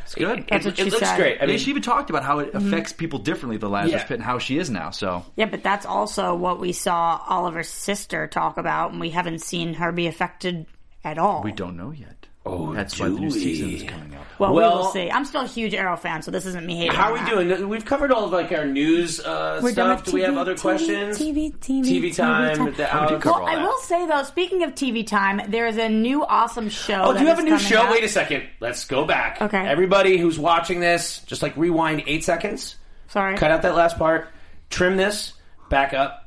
Speaker 4: It's good.
Speaker 3: That's
Speaker 2: it,
Speaker 3: what she
Speaker 2: it looks
Speaker 3: said.
Speaker 2: great. I mean,
Speaker 4: she even talked about how it affects people differently, the Lazarus
Speaker 2: Yeah.
Speaker 4: Pit, and how she is now. So
Speaker 3: Yeah, but that's also what we saw Oliver's sister talk about, and we haven't seen her be affected at all.
Speaker 4: we don't know yet. Oh, that's why the new
Speaker 2: do
Speaker 4: season
Speaker 2: we?
Speaker 4: is coming up.
Speaker 3: Well, we will
Speaker 2: Well-
Speaker 3: see. I'm still a huge Arrow fan, so this isn't me hating.
Speaker 2: how
Speaker 3: on
Speaker 2: are we
Speaker 3: that.
Speaker 2: doing? We've covered all of like our news uh,
Speaker 5: We're done
Speaker 2: stuff. Do
Speaker 5: with
Speaker 2: we have
Speaker 5: TV,
Speaker 2: other
Speaker 5: TV,
Speaker 2: questions?
Speaker 5: TV, TV,
Speaker 2: TV time.
Speaker 5: time.
Speaker 2: The
Speaker 5: How
Speaker 4: would you
Speaker 2: Alex-
Speaker 4: cover
Speaker 3: Well,
Speaker 4: all
Speaker 3: I
Speaker 4: that?
Speaker 3: will say though, speaking of TV time, there is a new awesome show.
Speaker 2: Oh,
Speaker 3: that
Speaker 2: do you have a
Speaker 3: is
Speaker 2: new
Speaker 3: coming
Speaker 2: show?
Speaker 3: up.
Speaker 2: Wait a second. Let's go back.
Speaker 3: Okay.
Speaker 2: Everybody who's watching this, just like rewind eight seconds.
Speaker 3: Sorry.
Speaker 2: Cut out that last part. Trim this. Back up.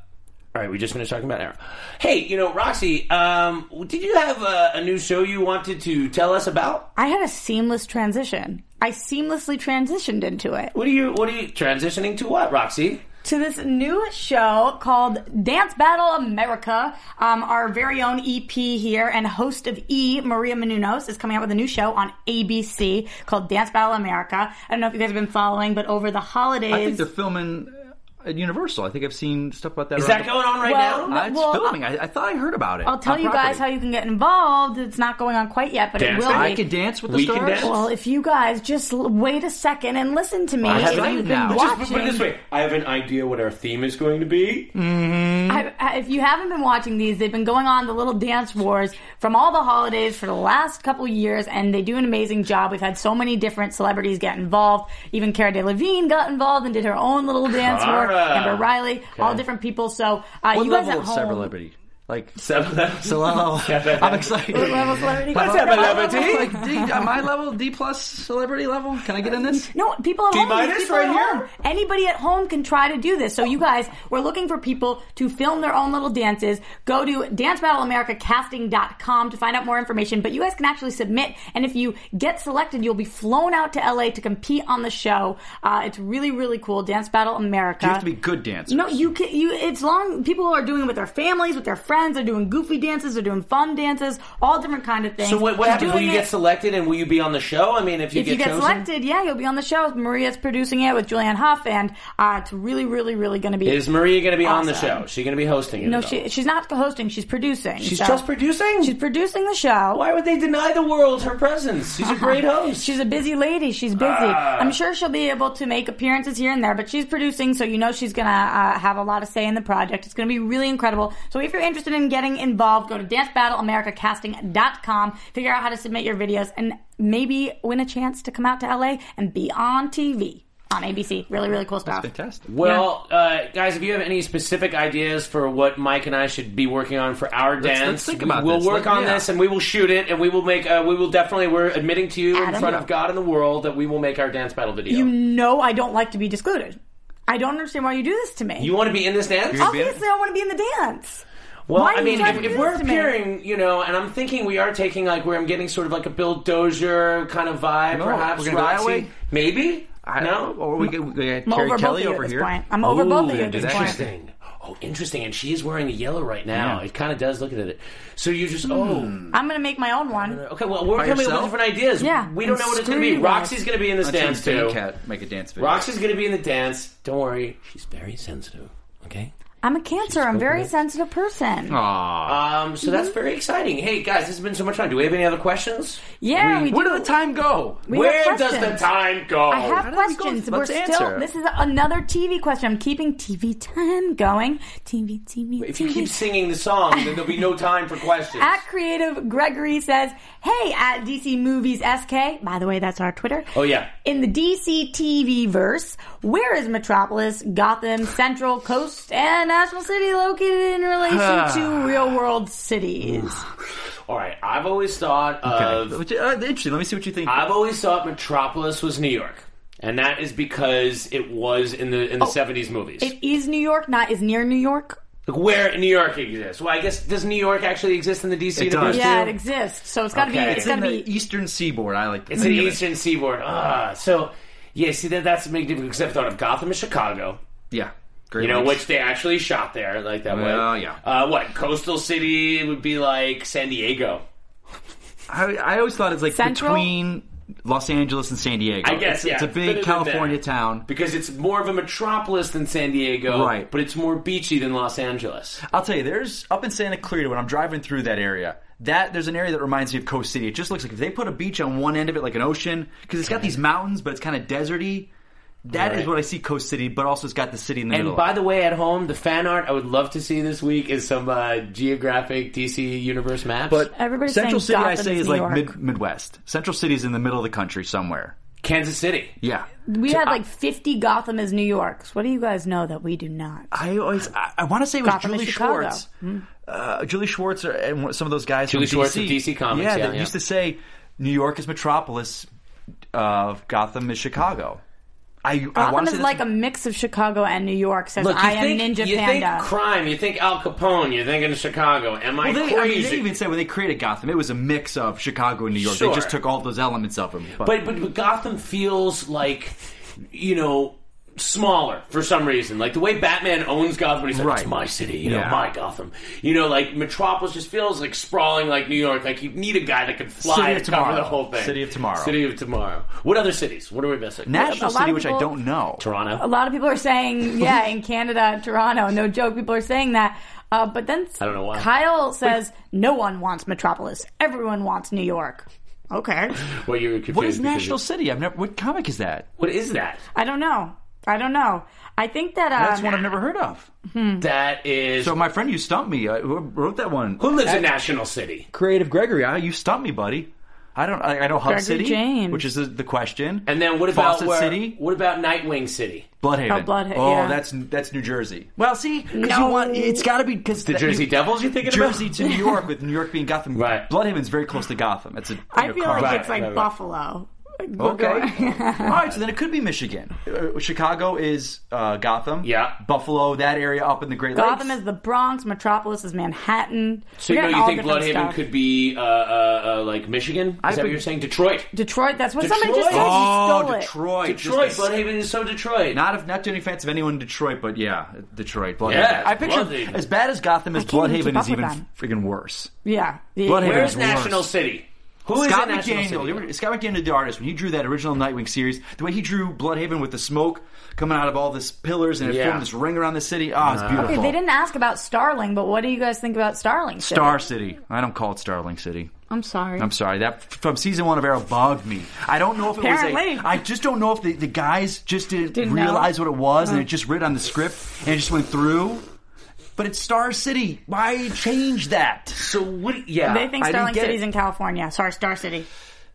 Speaker 2: All right, we just finished talking about Arrow. Hey, you know, Roxy, um, did you have a, a new show you wanted to tell us about?
Speaker 3: I had a seamless transition. I seamlessly transitioned into it
Speaker 2: What are you? What are you transitioning to? What, Roxy?
Speaker 3: to this new show called Dance Battle America. Um, our very own EP here and host of E, Maria Menounos, is coming out with a new show on ABC called Dance Battle America. I don't know if you guys have been following, but over the holidays,
Speaker 4: I think they're filming at Universal. I think I've seen stuff about that.
Speaker 2: Is
Speaker 4: around
Speaker 2: that
Speaker 4: the-
Speaker 2: going on right
Speaker 3: Well,
Speaker 2: now?
Speaker 4: Uh, it's
Speaker 3: Well,
Speaker 4: filming. I, I thought I heard about it.
Speaker 3: I'll tell
Speaker 4: on
Speaker 3: you guys how
Speaker 4: property.
Speaker 3: you can get involved. It's not going on quite yet, but
Speaker 2: Dance
Speaker 3: it will
Speaker 2: Battle.
Speaker 3: be.
Speaker 4: I can dance with the
Speaker 2: We can
Speaker 4: stars.
Speaker 2: dance.
Speaker 3: Well, if you guys just l- wait a second and listen to me,
Speaker 4: I
Speaker 3: if
Speaker 4: haven't
Speaker 3: you've
Speaker 4: even
Speaker 3: been
Speaker 4: now.
Speaker 2: Just
Speaker 3: watching,
Speaker 2: put put it this way. I have an idea what our theme is going to be.
Speaker 3: Hmm. I, I- if you haven't been watching these, they've been going on the little dance wars from all the holidays for the last couple years, and they do an amazing job. We've had so many different celebrities get involved. Even Cara Delevingne got involved and did her own little dance war.
Speaker 2: Cara.
Speaker 3: Amber Riley, all different people. So uh,
Speaker 4: What
Speaker 3: you guys
Speaker 4: level
Speaker 3: at
Speaker 4: of
Speaker 3: home,
Speaker 4: celebrity? Like
Speaker 2: Seven.
Speaker 4: Hello. I'm excited.
Speaker 3: What level of celebrity?
Speaker 4: What's
Speaker 2: that, my
Speaker 4: up, my
Speaker 2: level?
Speaker 4: level? Like, D, uh, my level, D plus celebrity level. Can I get in this?
Speaker 3: No, people at home.
Speaker 2: minus
Speaker 3: people
Speaker 2: right
Speaker 3: at
Speaker 2: here?
Speaker 3: home. Anybody at home can try to do this. So you guys, we're looking for people to film their own little dances. Go to dancebattleamericacasting.com to find out more information. But you guys can actually submit, and if you get selected, you'll be flown out to LA to compete on the show. Uh, it's really, really cool. Dance Battle America.
Speaker 4: You have to be good dancers.
Speaker 3: No, you can. You it's long. People are doing it with their families, with their friends. They're doing goofy dances. They're doing fun dances. All different kind of things.
Speaker 2: So what, what
Speaker 3: You're
Speaker 2: happens? Will
Speaker 3: doing
Speaker 2: you get
Speaker 3: it-
Speaker 2: selected and will you be on the show? I mean, if you
Speaker 3: if
Speaker 2: get
Speaker 3: you get
Speaker 2: chosen,
Speaker 3: selected, yeah, you'll be on the show. Maria's producing it with Julianne Hough, and uh, it's really, really, really going to be.
Speaker 2: is Maria going to be on the
Speaker 3: awesome.
Speaker 2: show? Is she going to be hosting it?
Speaker 3: No,
Speaker 2: at all?
Speaker 3: she, she's not hosting. She's producing.
Speaker 2: She's
Speaker 3: so-
Speaker 2: just producing.
Speaker 3: She's producing the show.
Speaker 2: Why would they deny the world her presence? She's a great host.
Speaker 3: Uh-huh. She's a busy lady. She's busy.
Speaker 2: Ah.
Speaker 3: I'm sure she'll be able to make appearances here and there, but she's producing, so you know she's going to uh, have a lot of say in the project. It's going to be really incredible. So if you're interested in getting involved, go to dancebattleamericacasting.com, figure out how to submit your videos, and maybe win a chance to come out to LA and be on TV on ABC. Really, really cool stuff.
Speaker 4: Fantastic.
Speaker 2: well, uh, guys, if you have any specific ideas for what Mike and I should be working on for our dance,
Speaker 4: let's think about
Speaker 2: we'll
Speaker 4: this.
Speaker 2: work
Speaker 4: Let-
Speaker 2: on
Speaker 4: yeah.
Speaker 2: this and we will shoot it and we will make. Uh, we will definitely. We're admitting to you in
Speaker 3: Adam.
Speaker 2: front of God and the world that we will make our dance battle video.
Speaker 3: You know I don't like to be discluded. I don't understand why you do this to me.
Speaker 2: You want to be in this dance?
Speaker 3: Obviously, I want to be in the dance.
Speaker 2: Well,
Speaker 3: Why
Speaker 2: I
Speaker 3: do
Speaker 2: mean,
Speaker 3: you have
Speaker 2: if,
Speaker 3: to
Speaker 2: if
Speaker 3: do
Speaker 2: we're
Speaker 3: this to me?
Speaker 2: appearing, you know, and I'm thinking we are taking like where I'm getting sort of like a Bill Dozier kind of vibe,
Speaker 4: No,
Speaker 2: perhaps
Speaker 4: we're gonna go that
Speaker 2: Roxy.
Speaker 4: way?
Speaker 2: maybe.
Speaker 4: I, Oh,
Speaker 2: no,
Speaker 4: Or we get, we get
Speaker 3: I'm
Speaker 4: Carrie
Speaker 3: over
Speaker 4: Kelly
Speaker 3: both of you
Speaker 4: over
Speaker 3: at this
Speaker 4: here.
Speaker 3: point. I'm over both of you
Speaker 2: Ooh,
Speaker 3: at this point.
Speaker 2: interesting. Oh, interesting. And she is wearing a yellow right now. It kind of does look at it. So you just oh.
Speaker 3: I'm going to make my own one.
Speaker 2: Okay, well, we're
Speaker 4: Hmm. By
Speaker 2: coming up with
Speaker 4: yourself?
Speaker 2: different ideas.
Speaker 3: Yeah,
Speaker 2: we don't
Speaker 3: I'm
Speaker 2: know what it's going to
Speaker 3: screwed
Speaker 2: be.
Speaker 3: you guys.
Speaker 2: Roxy's going to be in this
Speaker 4: Let's
Speaker 2: dance
Speaker 4: have
Speaker 2: too.
Speaker 4: Cat make a dance video.
Speaker 2: Roxy's going to be in the dance. Don't worry, she's very sensitive. Okay.
Speaker 3: I'm a cancer. I'm a very sensitive person.
Speaker 2: Um. So that's
Speaker 3: Mm-hmm.
Speaker 2: very exciting. Hey guys, this has been so much fun. Do we have any other questions?
Speaker 3: yeah, we, do.
Speaker 4: Where did the time go?
Speaker 3: We
Speaker 2: Where
Speaker 3: have
Speaker 2: does the
Speaker 3: questions.
Speaker 2: time go?
Speaker 3: I have
Speaker 4: did we go?
Speaker 3: questions. We're
Speaker 4: Let's
Speaker 3: still.
Speaker 4: answer.
Speaker 3: This is another TV question. I'm keeping TV time going. TV, TV,
Speaker 2: If you
Speaker 3: TV.
Speaker 2: keep singing the song, then there'll be no time for questions.
Speaker 3: At Creative Gregory says, "Hey, at DC Movies SK. By the way, that's our Twitter.
Speaker 2: Oh, yeah.
Speaker 3: In the DC TV verse, where is Metropolis, Gotham, Central Coast, and National City located in relation to real world cities?
Speaker 2: All right. I've always thought of.
Speaker 4: Okay. Which- uh, interesting. Let me see what you think.
Speaker 2: I've always thought Metropolis was New York, and that is because it was in the in the seventies movies.
Speaker 3: Oh, It is New York, not is near New York.
Speaker 2: Like, where New York exists. Well, I guess does New York actually exist in the DC
Speaker 4: It does.
Speaker 2: universe?
Speaker 3: Yeah,
Speaker 2: too?
Speaker 3: it exists. So it's got to
Speaker 2: Okay.
Speaker 3: be. It's
Speaker 4: it's
Speaker 3: got
Speaker 4: in
Speaker 3: to
Speaker 4: the
Speaker 3: be.
Speaker 4: Eastern Seaboard. I like. To
Speaker 2: It's in
Speaker 4: think
Speaker 2: the
Speaker 4: of it.
Speaker 2: Eastern Seaboard. Ah, so yeah. See that that's a big difference. Except I thought of Gotham and Chicago.
Speaker 4: Yeah. Great
Speaker 2: You know,
Speaker 4: lakes.
Speaker 2: which they actually shot there, like that
Speaker 4: Well,
Speaker 2: way.
Speaker 4: yeah.
Speaker 2: Uh, what coastal city would be like San Diego?
Speaker 4: I, I always thought it's like
Speaker 3: Central?
Speaker 4: between Los Angeles and San Diego.
Speaker 2: I guess
Speaker 4: it's, it's
Speaker 2: yeah, fit
Speaker 4: a
Speaker 2: it
Speaker 4: big
Speaker 2: in
Speaker 4: California
Speaker 2: there.
Speaker 4: town.
Speaker 2: because it's more of a metropolis than San Diego,
Speaker 4: Right.
Speaker 2: But it's more beachy than Los Angeles.
Speaker 4: I'll tell you, there's up in Santa Clarita when I'm driving through that area. That there's an area that reminds me of Coast City. It just looks like if they put a beach on one end of it, like an ocean, because it's got these mountains, but it's kind of deserty. That is
Speaker 2: Right.
Speaker 4: what I see Coast City, but also it's got the city in the middle.
Speaker 2: And by the way, at home, the fan art I would love to see this week is some uh, geographic DC universe maps.
Speaker 4: but
Speaker 3: Everybody's
Speaker 4: Central
Speaker 3: saying
Speaker 4: City, I
Speaker 3: Gotham
Speaker 4: say,
Speaker 3: is
Speaker 4: is
Speaker 3: New
Speaker 4: like
Speaker 3: York.
Speaker 4: mid- Midwest. Central City's in the middle of the country somewhere.
Speaker 2: Kansas City.
Speaker 4: Yeah,
Speaker 3: We had like 50 Gotham is New York. What do you guys know that we do not?
Speaker 4: I always I, I want to say it was
Speaker 3: Gotham is
Speaker 4: Julie
Speaker 3: Chicago. Hmm.
Speaker 4: Schwartz, uh, Julie Schwartz, or, and one- some of those guys.
Speaker 2: Julie
Speaker 4: from
Speaker 2: Schwartz
Speaker 4: DC.
Speaker 2: of DC Comics, yeah,
Speaker 4: that
Speaker 2: yeah.
Speaker 4: used to say New York is metropolis, uh, Gotham is Chicago. I, I
Speaker 3: Gotham
Speaker 4: want to
Speaker 3: is
Speaker 4: say
Speaker 3: like a mix of Chicago and New York. Says
Speaker 2: Look, you
Speaker 3: I am
Speaker 2: think,
Speaker 3: Ninja
Speaker 2: you
Speaker 3: Panda.
Speaker 2: think crime, you think Al Capone, you're thinking Chicago. Am I
Speaker 4: Well, they, I mean,
Speaker 2: crazy?
Speaker 4: they even said when they created Gotham, it was a mix of Chicago and New York.
Speaker 2: Sure.
Speaker 4: They just took all those elements of them. But,
Speaker 2: but, but but Gotham feels like you know smaller for some reason. Like the way Batman owns Gotham, he's like
Speaker 4: Right.
Speaker 2: it's my city, you know,
Speaker 4: Yeah.
Speaker 2: my Gotham. You know, like Metropolis just feels like sprawling like New York. Like you need a guy that can fly
Speaker 4: City of
Speaker 2: and cover
Speaker 4: tomorrow.
Speaker 2: the whole thing.
Speaker 4: City of tomorrow.
Speaker 2: City of tomorrow. What other cities? What are we missing?
Speaker 4: National
Speaker 3: a lot
Speaker 4: City,
Speaker 3: of
Speaker 4: which I
Speaker 3: people-
Speaker 4: don't know.
Speaker 3: a
Speaker 4: Um,
Speaker 2: Toronto.
Speaker 3: lot of people are saying, yeah, in Canada, Toronto, no joke, people are saying that. Uh, but then
Speaker 2: I don't know why.
Speaker 3: Kyle says, no one wants Metropolis. Everyone wants New York. Okay.
Speaker 2: Well, you're confused.
Speaker 4: What is
Speaker 2: because
Speaker 4: National
Speaker 2: you-
Speaker 4: City? I've never. What comic is that?
Speaker 2: What is that?
Speaker 3: I don't know. I don't know. I think that. Um,
Speaker 4: That's one I've never heard of.
Speaker 2: That is
Speaker 4: Um, So my friend, you stumped me. Uh, Who wrote that one?
Speaker 2: who lives in National City.
Speaker 4: Creative Gregory, I, you stumped me, buddy. I don't. I, I know Hub
Speaker 3: Gregory
Speaker 4: City,
Speaker 3: James.
Speaker 4: which is the, the question.
Speaker 2: And then what about
Speaker 4: Fawcett
Speaker 2: where-
Speaker 4: City?
Speaker 2: What about Nightwing City?
Speaker 4: Bloodhaven.
Speaker 3: Oh, Bloodha-
Speaker 4: Oh,
Speaker 3: yeah.
Speaker 4: that's that's New Jersey. Well, see, because
Speaker 3: No.
Speaker 4: you want it's got to be because
Speaker 2: The Jersey Devils you're thinking about?
Speaker 4: Jersey to New York, with New York being Gotham.
Speaker 2: Right.
Speaker 4: Bloodhaven's very close to Gotham. It's a.
Speaker 3: I feel like
Speaker 2: Right,
Speaker 3: it's like
Speaker 2: right, right.
Speaker 3: Buffalo.
Speaker 4: Okay. All right, so then it could be Michigan. Uh, Chicago is uh, Gotham.
Speaker 2: Yeah.
Speaker 4: Buffalo, that area up in the Great Lakes.
Speaker 3: Gotham is the Bronx, Metropolis is Manhattan.
Speaker 2: So you
Speaker 3: We're
Speaker 2: know
Speaker 3: getting
Speaker 2: you
Speaker 3: all
Speaker 2: think
Speaker 3: different
Speaker 2: Bloodhaven
Speaker 3: stuff.
Speaker 2: could be uh, uh, uh, like Michigan? Is that what
Speaker 4: been-
Speaker 2: you're saying? Detroit.
Speaker 3: Detroit, that's what somebody
Speaker 2: Detroit?
Speaker 3: just said.
Speaker 4: Oh,
Speaker 3: you stole it.
Speaker 4: Detroit.
Speaker 2: Detroit.
Speaker 4: Just the-
Speaker 2: Bloodhaven is so Detroit.
Speaker 4: Not of not to any offense of anyone in Detroit, but yeah, Detroit. Bloodhaven.
Speaker 2: Yeah,
Speaker 4: I picture
Speaker 2: Bloodhaven.
Speaker 4: as bad as Gotham is,
Speaker 3: can't even keep
Speaker 4: Bloodhaven
Speaker 3: up
Speaker 4: is
Speaker 3: with
Speaker 4: even
Speaker 3: them.
Speaker 4: freaking worse.
Speaker 3: Yeah. The-
Speaker 4: Bloodhaven.
Speaker 2: Where's
Speaker 4: It's
Speaker 2: National
Speaker 4: worse.
Speaker 2: City? Who is
Speaker 4: Scott
Speaker 2: in National
Speaker 4: McDaniel,
Speaker 2: City?
Speaker 4: you remember- Scott McDaniel, the artist, when he drew that original Nightwing series, the way he drew Bloodhaven with the smoke coming out of all this pillars and it
Speaker 2: Yeah. Uh-huh.
Speaker 4: formed this ring around the city. Oh, it's beautiful.
Speaker 3: Okay, they didn't ask about Starling, but what do you guys think about Starling? City?
Speaker 4: Star City. I don't call it Starling City.
Speaker 3: I'm sorry.
Speaker 4: I'm sorry. That from season one of Arrow bugged me. I don't know if it
Speaker 3: Apparently.
Speaker 4: was a. I just don't know if the, the guys just didn't,
Speaker 3: Didn't know.
Speaker 4: realize what it was, and it just writ on the script, and it just went through. But it's Star City. Why change that?
Speaker 2: So what? Yeah,
Speaker 3: They think
Speaker 4: I didn't
Speaker 3: Starling
Speaker 4: get
Speaker 3: City's
Speaker 4: it.
Speaker 3: in California. Sorry, Star City.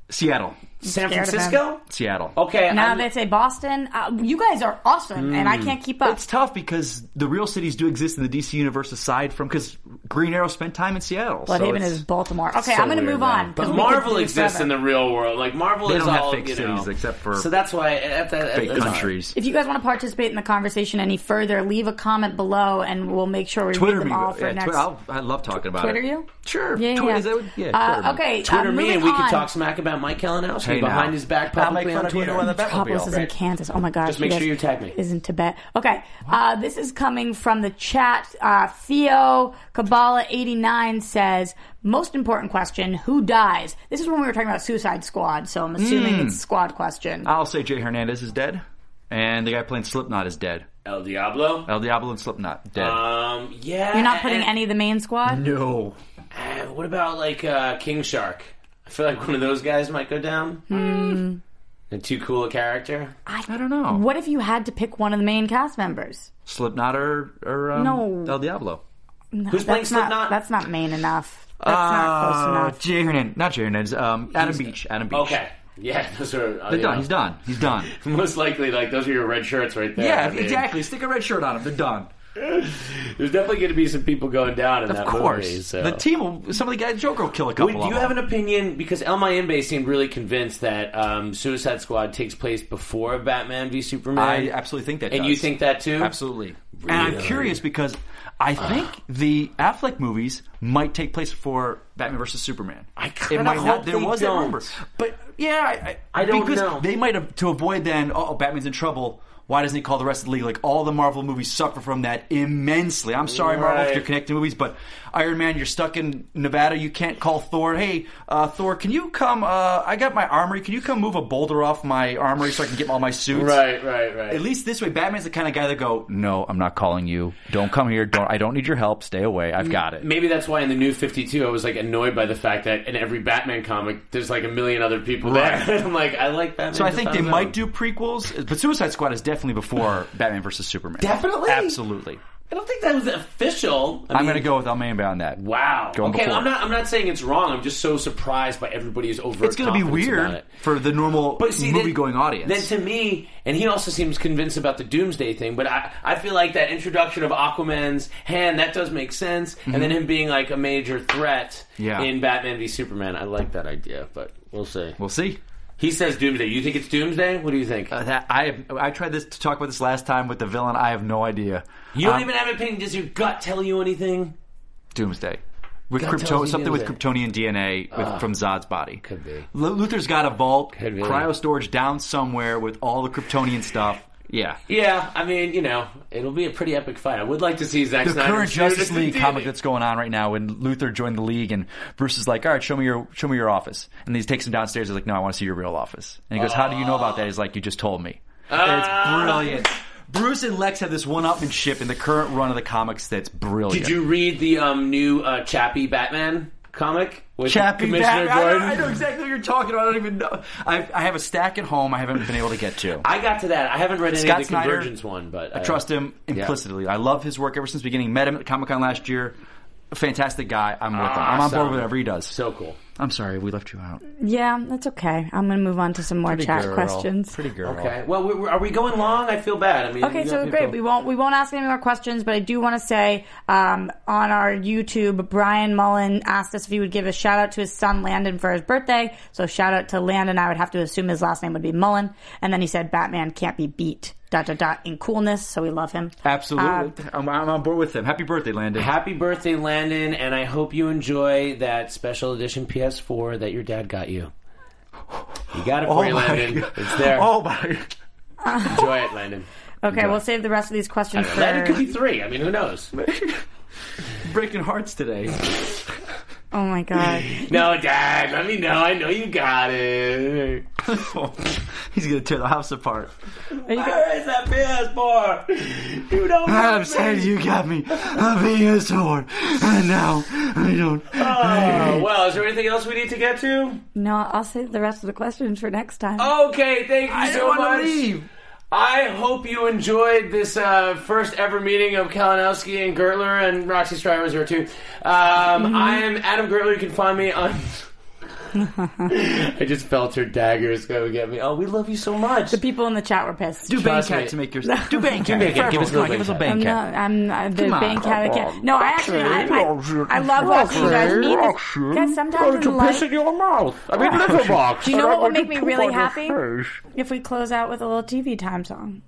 Speaker 4: Seattle.
Speaker 2: San
Speaker 3: scared of
Speaker 2: Francisco.
Speaker 4: Seattle.
Speaker 2: Okay,
Speaker 3: Now
Speaker 2: I'm-
Speaker 3: they say Boston. Uh, you guys are awesome, and
Speaker 2: Hmm.
Speaker 3: I can't keep up.
Speaker 4: It's tough because the real cities do exist in the DC universe aside from because Green Arrow spent time in Seattle. so
Speaker 3: Bloodhaven
Speaker 4: it's-
Speaker 3: is Baltimore. Okay,
Speaker 2: so
Speaker 3: I'm going to
Speaker 2: weird,
Speaker 3: move
Speaker 2: man.
Speaker 3: on. 'cause
Speaker 2: But
Speaker 3: we could
Speaker 2: Marvel
Speaker 3: do
Speaker 2: exists
Speaker 3: forever.
Speaker 2: in the real world. Like Marvel
Speaker 4: They
Speaker 2: is
Speaker 4: don't have
Speaker 2: all
Speaker 4: fake
Speaker 2: you know.
Speaker 4: cities except for
Speaker 2: So that's why that, that,
Speaker 4: Fake
Speaker 2: that's all right.
Speaker 4: countries.
Speaker 3: If you guys want to participate in the conversation any further, leave a comment below, and we'll make sure we
Speaker 4: Twitter
Speaker 3: read
Speaker 4: me.
Speaker 3: them all for
Speaker 4: yeah,
Speaker 3: next.
Speaker 4: Twitter, I'll- I love talking about
Speaker 3: Twitter
Speaker 4: it.
Speaker 3: you?
Speaker 4: Sure.
Speaker 3: Yeah,
Speaker 4: Twitter,
Speaker 3: yeah.
Speaker 4: is that what- yeah,
Speaker 3: Uh,
Speaker 4: Twitter me.
Speaker 3: okay,
Speaker 2: Twitter
Speaker 3: uh,
Speaker 2: me,
Speaker 3: moving
Speaker 2: and we
Speaker 3: on.
Speaker 2: could talk smack about Mike Kalinowski
Speaker 4: Hey, now.
Speaker 2: behind his back
Speaker 4: I'll
Speaker 2: publicly
Speaker 4: make fun
Speaker 2: on
Speaker 4: of you
Speaker 2: Twitter.
Speaker 4: on the back.
Speaker 3: Metropolis is in
Speaker 4: Right.
Speaker 3: Kansas. Oh my gosh.
Speaker 2: Just make sure
Speaker 3: you guys-
Speaker 2: you tag me.
Speaker 3: Is in Tibet. Okay. Uh, this is coming from the chat. Uh, Theo Kabbalah89 says, most important question, who dies? This is when we were talking about Suicide Squad, so I'm assuming
Speaker 2: Hmm.
Speaker 3: it's squad question.
Speaker 2: Oh,
Speaker 4: I'll say Jay Hernandez is dead, and the guy playing Slipknot is dead.
Speaker 2: El Diablo.
Speaker 4: El Diablo and Slipknot dead.
Speaker 2: Um, yeah.
Speaker 3: You're not putting
Speaker 2: and-
Speaker 3: any of the main squad?
Speaker 2: Mm-hmm.
Speaker 4: no.
Speaker 2: Uh, What about like uh, King Shark? I feel like one of those guys might go down.
Speaker 3: Hmm.
Speaker 2: And too cool a character.
Speaker 4: I don't know.
Speaker 3: What if you had to pick one of the main cast members?
Speaker 4: Slipknot or, or um,
Speaker 3: No.
Speaker 4: El Diablo?
Speaker 2: Who's playing
Speaker 3: That's not,
Speaker 2: Slipknot? Oh,
Speaker 3: that's not main enough. That's not close
Speaker 4: Uh,
Speaker 3: enough.
Speaker 4: Jay Hernandez. Not Jay Hernandez. Um, Adam Beach. Adam Beach.
Speaker 2: okay. Yeah, those are. uh,
Speaker 4: They're
Speaker 2: you
Speaker 4: done.
Speaker 2: know,
Speaker 4: He's done. He's done.
Speaker 2: Most likely, like those are your red shirts right there.
Speaker 4: yeah,
Speaker 2: I mean,
Speaker 4: exactly. Stick a red shirt on him. They're done.
Speaker 2: There's definitely going to be some people going down in that
Speaker 4: Of course.
Speaker 2: movie. So.
Speaker 4: The team will, some of the guys, Joker will kill a couple
Speaker 2: Wait,
Speaker 4: of
Speaker 2: do you
Speaker 4: them.
Speaker 2: have an opinion? Because Elma Imbe seemed really convinced that um, Suicide Squad takes place before Batman v Superman.
Speaker 4: I absolutely think that
Speaker 2: And
Speaker 4: does.
Speaker 2: you think that too?
Speaker 4: Absolutely. And I'm
Speaker 2: Really?
Speaker 4: curious because I think the Affleck movies might take place before Batman versus Superman.
Speaker 2: I kinda
Speaker 4: It might
Speaker 2: hope
Speaker 4: not. There
Speaker 2: they
Speaker 4: was that
Speaker 2: don't.
Speaker 4: rumor, but yeah, I,
Speaker 2: I don't
Speaker 4: because
Speaker 2: know.
Speaker 4: They might have to avoid then. Oh, Batman's in trouble. Why doesn't he call the rest of the league? Like all the Marvel movies suffer from that immensely. I'm sorry, Marvel,
Speaker 2: Right.
Speaker 4: if you're connecting movies, but Iron Man, you're stuck in Nevada. You can't call Thor. Hey, uh, Thor, can you come? Uh, I got my armory. Can you come move a boulder off my armory so I can get all my suits?
Speaker 2: Right, right, right.
Speaker 4: At least this way, Batman's the kind of guy that go, no, I'm not calling you. Don't come here. Don't. I don't need your help. Stay away. I've got it.
Speaker 2: Maybe that's why in the new 52 I was like annoyed by the fact that in every Batman comic there's like a million other people there. I'm like, I like Batman.
Speaker 4: So I think they
Speaker 2: 2000.
Speaker 4: might do prequels, but Suicide Squad is definitely before Batman versus Superman.
Speaker 2: Definitely?
Speaker 4: absolutely.
Speaker 2: I don't think that was official. I
Speaker 4: I'm
Speaker 2: mean,
Speaker 4: going to go with Almain on that.
Speaker 2: Wow.
Speaker 4: Going
Speaker 2: okay,
Speaker 4: before.
Speaker 2: I'm not I'm not saying it's wrong. I'm just so surprised by everybody's overt
Speaker 4: It's going to be
Speaker 2: confidence about
Speaker 4: weird
Speaker 2: it.
Speaker 4: for the normal
Speaker 2: But see, then-
Speaker 4: movie-going audience.
Speaker 2: Then to me, and he also seems convinced about the Doomsday thing. But I, I feel like that introduction of Aquaman's hand that does make sense, and then him being like a major threat
Speaker 4: Mm-hmm. Yeah.
Speaker 2: in Batman v Superman. I like that idea, but we'll see.
Speaker 4: we'll see.
Speaker 2: He says Doomsday. You think it's Doomsday? What do you think?
Speaker 4: Uh, that- I have- I tried this to talk about this last time with the villain. I have no idea.
Speaker 2: you don't
Speaker 4: um,
Speaker 2: even have an opinion. Does your gut tell you anything?
Speaker 4: Doomsday. With
Speaker 2: God tells
Speaker 4: Krypto,
Speaker 2: me
Speaker 4: something with
Speaker 2: Doomsday.
Speaker 4: Kryptonian DNA with, from Zod's body.
Speaker 2: Ah, Could be.
Speaker 4: L- Luthor's got a vault,
Speaker 2: Could be.
Speaker 4: cryo storage down somewhere with all the Kryptonian stuff. Yeah.
Speaker 2: Yeah, I mean, you know, it'll be a pretty epic fight. I would like to see Zack
Speaker 4: the
Speaker 2: Snyder
Speaker 4: current
Speaker 2: shoot
Speaker 4: Justice
Speaker 2: at the
Speaker 4: League comic
Speaker 2: deity.
Speaker 4: that's going on right now when Luthor joined the league and Bruce is like, all right, show me your show me your office, and he takes him downstairs. He's like, no, I want to see your real office. And he goes, how do you know about that? He's like, you just told me. And
Speaker 2: Ah.
Speaker 4: it's brilliant. Bruce and Lex have this one-upmanship in the current run of the comics that's brilliant.
Speaker 2: Did you read the um, new uh, Chappie Batman comic with
Speaker 4: Chappie
Speaker 2: Commissioner
Speaker 4: Batman. I,
Speaker 2: Gordon?
Speaker 4: don't- I know exactly what you're talking about. I don't even know. I, I have a stack at home. I haven't been able to get to.
Speaker 2: I got to that. I haven't read any
Speaker 4: Scott
Speaker 2: of the
Speaker 4: Snyder,
Speaker 2: Convergence one, but uh,
Speaker 4: I trust him implicitly. I love his work ever since the beginning. Met him at Comic Con last year. Fantastic guy. I'm with him. I'm on board
Speaker 2: Awesome.
Speaker 4: with whatever he does.
Speaker 2: So cool.
Speaker 4: I'm sorry, we left you out.
Speaker 3: Yeah, that's okay. I'm going to move on to some more chat questions.
Speaker 4: Pretty girl.
Speaker 2: Okay. Well, we- we- are we going long? I feel bad. I mean,
Speaker 3: Okay,
Speaker 2: we
Speaker 3: so
Speaker 2: got
Speaker 3: great.
Speaker 2: people-
Speaker 3: We won't we won't ask any more questions, but I do want to say um, on our YouTube, Brian Mullen asked us if he would give a shout out to his son Landon for his birthday. So shout out to Landon. I would have to assume his last name would be Mullen, and then he said Batman can't be beat. Dot dot dot in coolness. So we love him.
Speaker 4: Absolutely. I'm, I'm on board with him. Happy birthday, Landon.
Speaker 2: Happy birthday, Landon, and I hope you enjoy that special edition PS4 that your dad got you. You got it for you, Landon.
Speaker 4: Oh God.
Speaker 2: It's there.
Speaker 4: Oh my.
Speaker 2: Enjoy it, Landon.
Speaker 3: Okay, we'll save the rest of these questions for
Speaker 2: Landon could be three. I mean, who knows?
Speaker 4: Breaking hearts today.
Speaker 3: Oh my god.
Speaker 2: No, Dad, let me know. I know you got it.
Speaker 4: He's gonna tear the house apart.
Speaker 3: Are you go-
Speaker 2: Where is that PS4? You don't.
Speaker 4: I'm
Speaker 2: have
Speaker 4: sad you got me a being sword, and now I don't.
Speaker 2: Oh, well, is there anything else we need to get to?
Speaker 3: no, I'll save the rest of the questions for next time.
Speaker 2: Oh. Okay, thank you
Speaker 4: I
Speaker 2: so
Speaker 4: don't wanna
Speaker 2: much.
Speaker 4: leave.
Speaker 2: I hope you enjoyed this uh, first ever meeting of Kalinowski and Gertler and Roxy Strivers here too. Um, I am Adam Gertler. You can find me on. I just felt her dagger is going to get me. Oh, we love you so much.
Speaker 3: The people in the chat were pissed.
Speaker 4: Do bank
Speaker 2: Trust me.
Speaker 4: cat to make your do bank cat.
Speaker 2: bank cat. Give us a
Speaker 4: Come on,
Speaker 2: little
Speaker 4: give us a
Speaker 2: bank
Speaker 3: No,
Speaker 4: bank cat.
Speaker 3: I'm uh, the
Speaker 4: on.
Speaker 3: bank cat. I can't- No, I actually, I, I, I love watching you guys meet. this- Guys, sometimes in life,
Speaker 2: your mouth. I mean, little box.
Speaker 3: do you know what would make me really happy? If we close out with a little TV time song.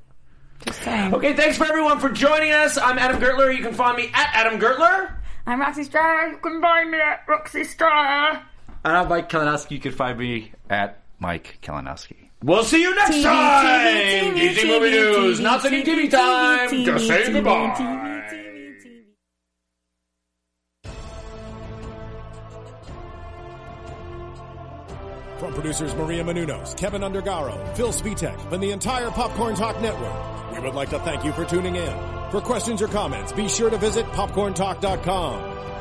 Speaker 3: Just saying.
Speaker 2: Okay, thanks for everyone for joining us. I'm Adam Gertler. You can find me at Adam Gertler.
Speaker 3: I'm Roxy Stryer. You can find me at Roxy Stryer.
Speaker 4: And I'm Mike Kalinowski. You can find me at Mike Kalinowski.
Speaker 2: We'll see you next
Speaker 3: TV,
Speaker 2: time.
Speaker 3: TV,
Speaker 2: DC movie news, not so new TV time. Just say goodbye.
Speaker 6: From producers Maria Menunos, Kevin Undergaro, Phil Svitek, and the entire Popcorn Talk Network, we would like to thank you for tuning in. For questions or comments, be sure to visit popcorntalk.com.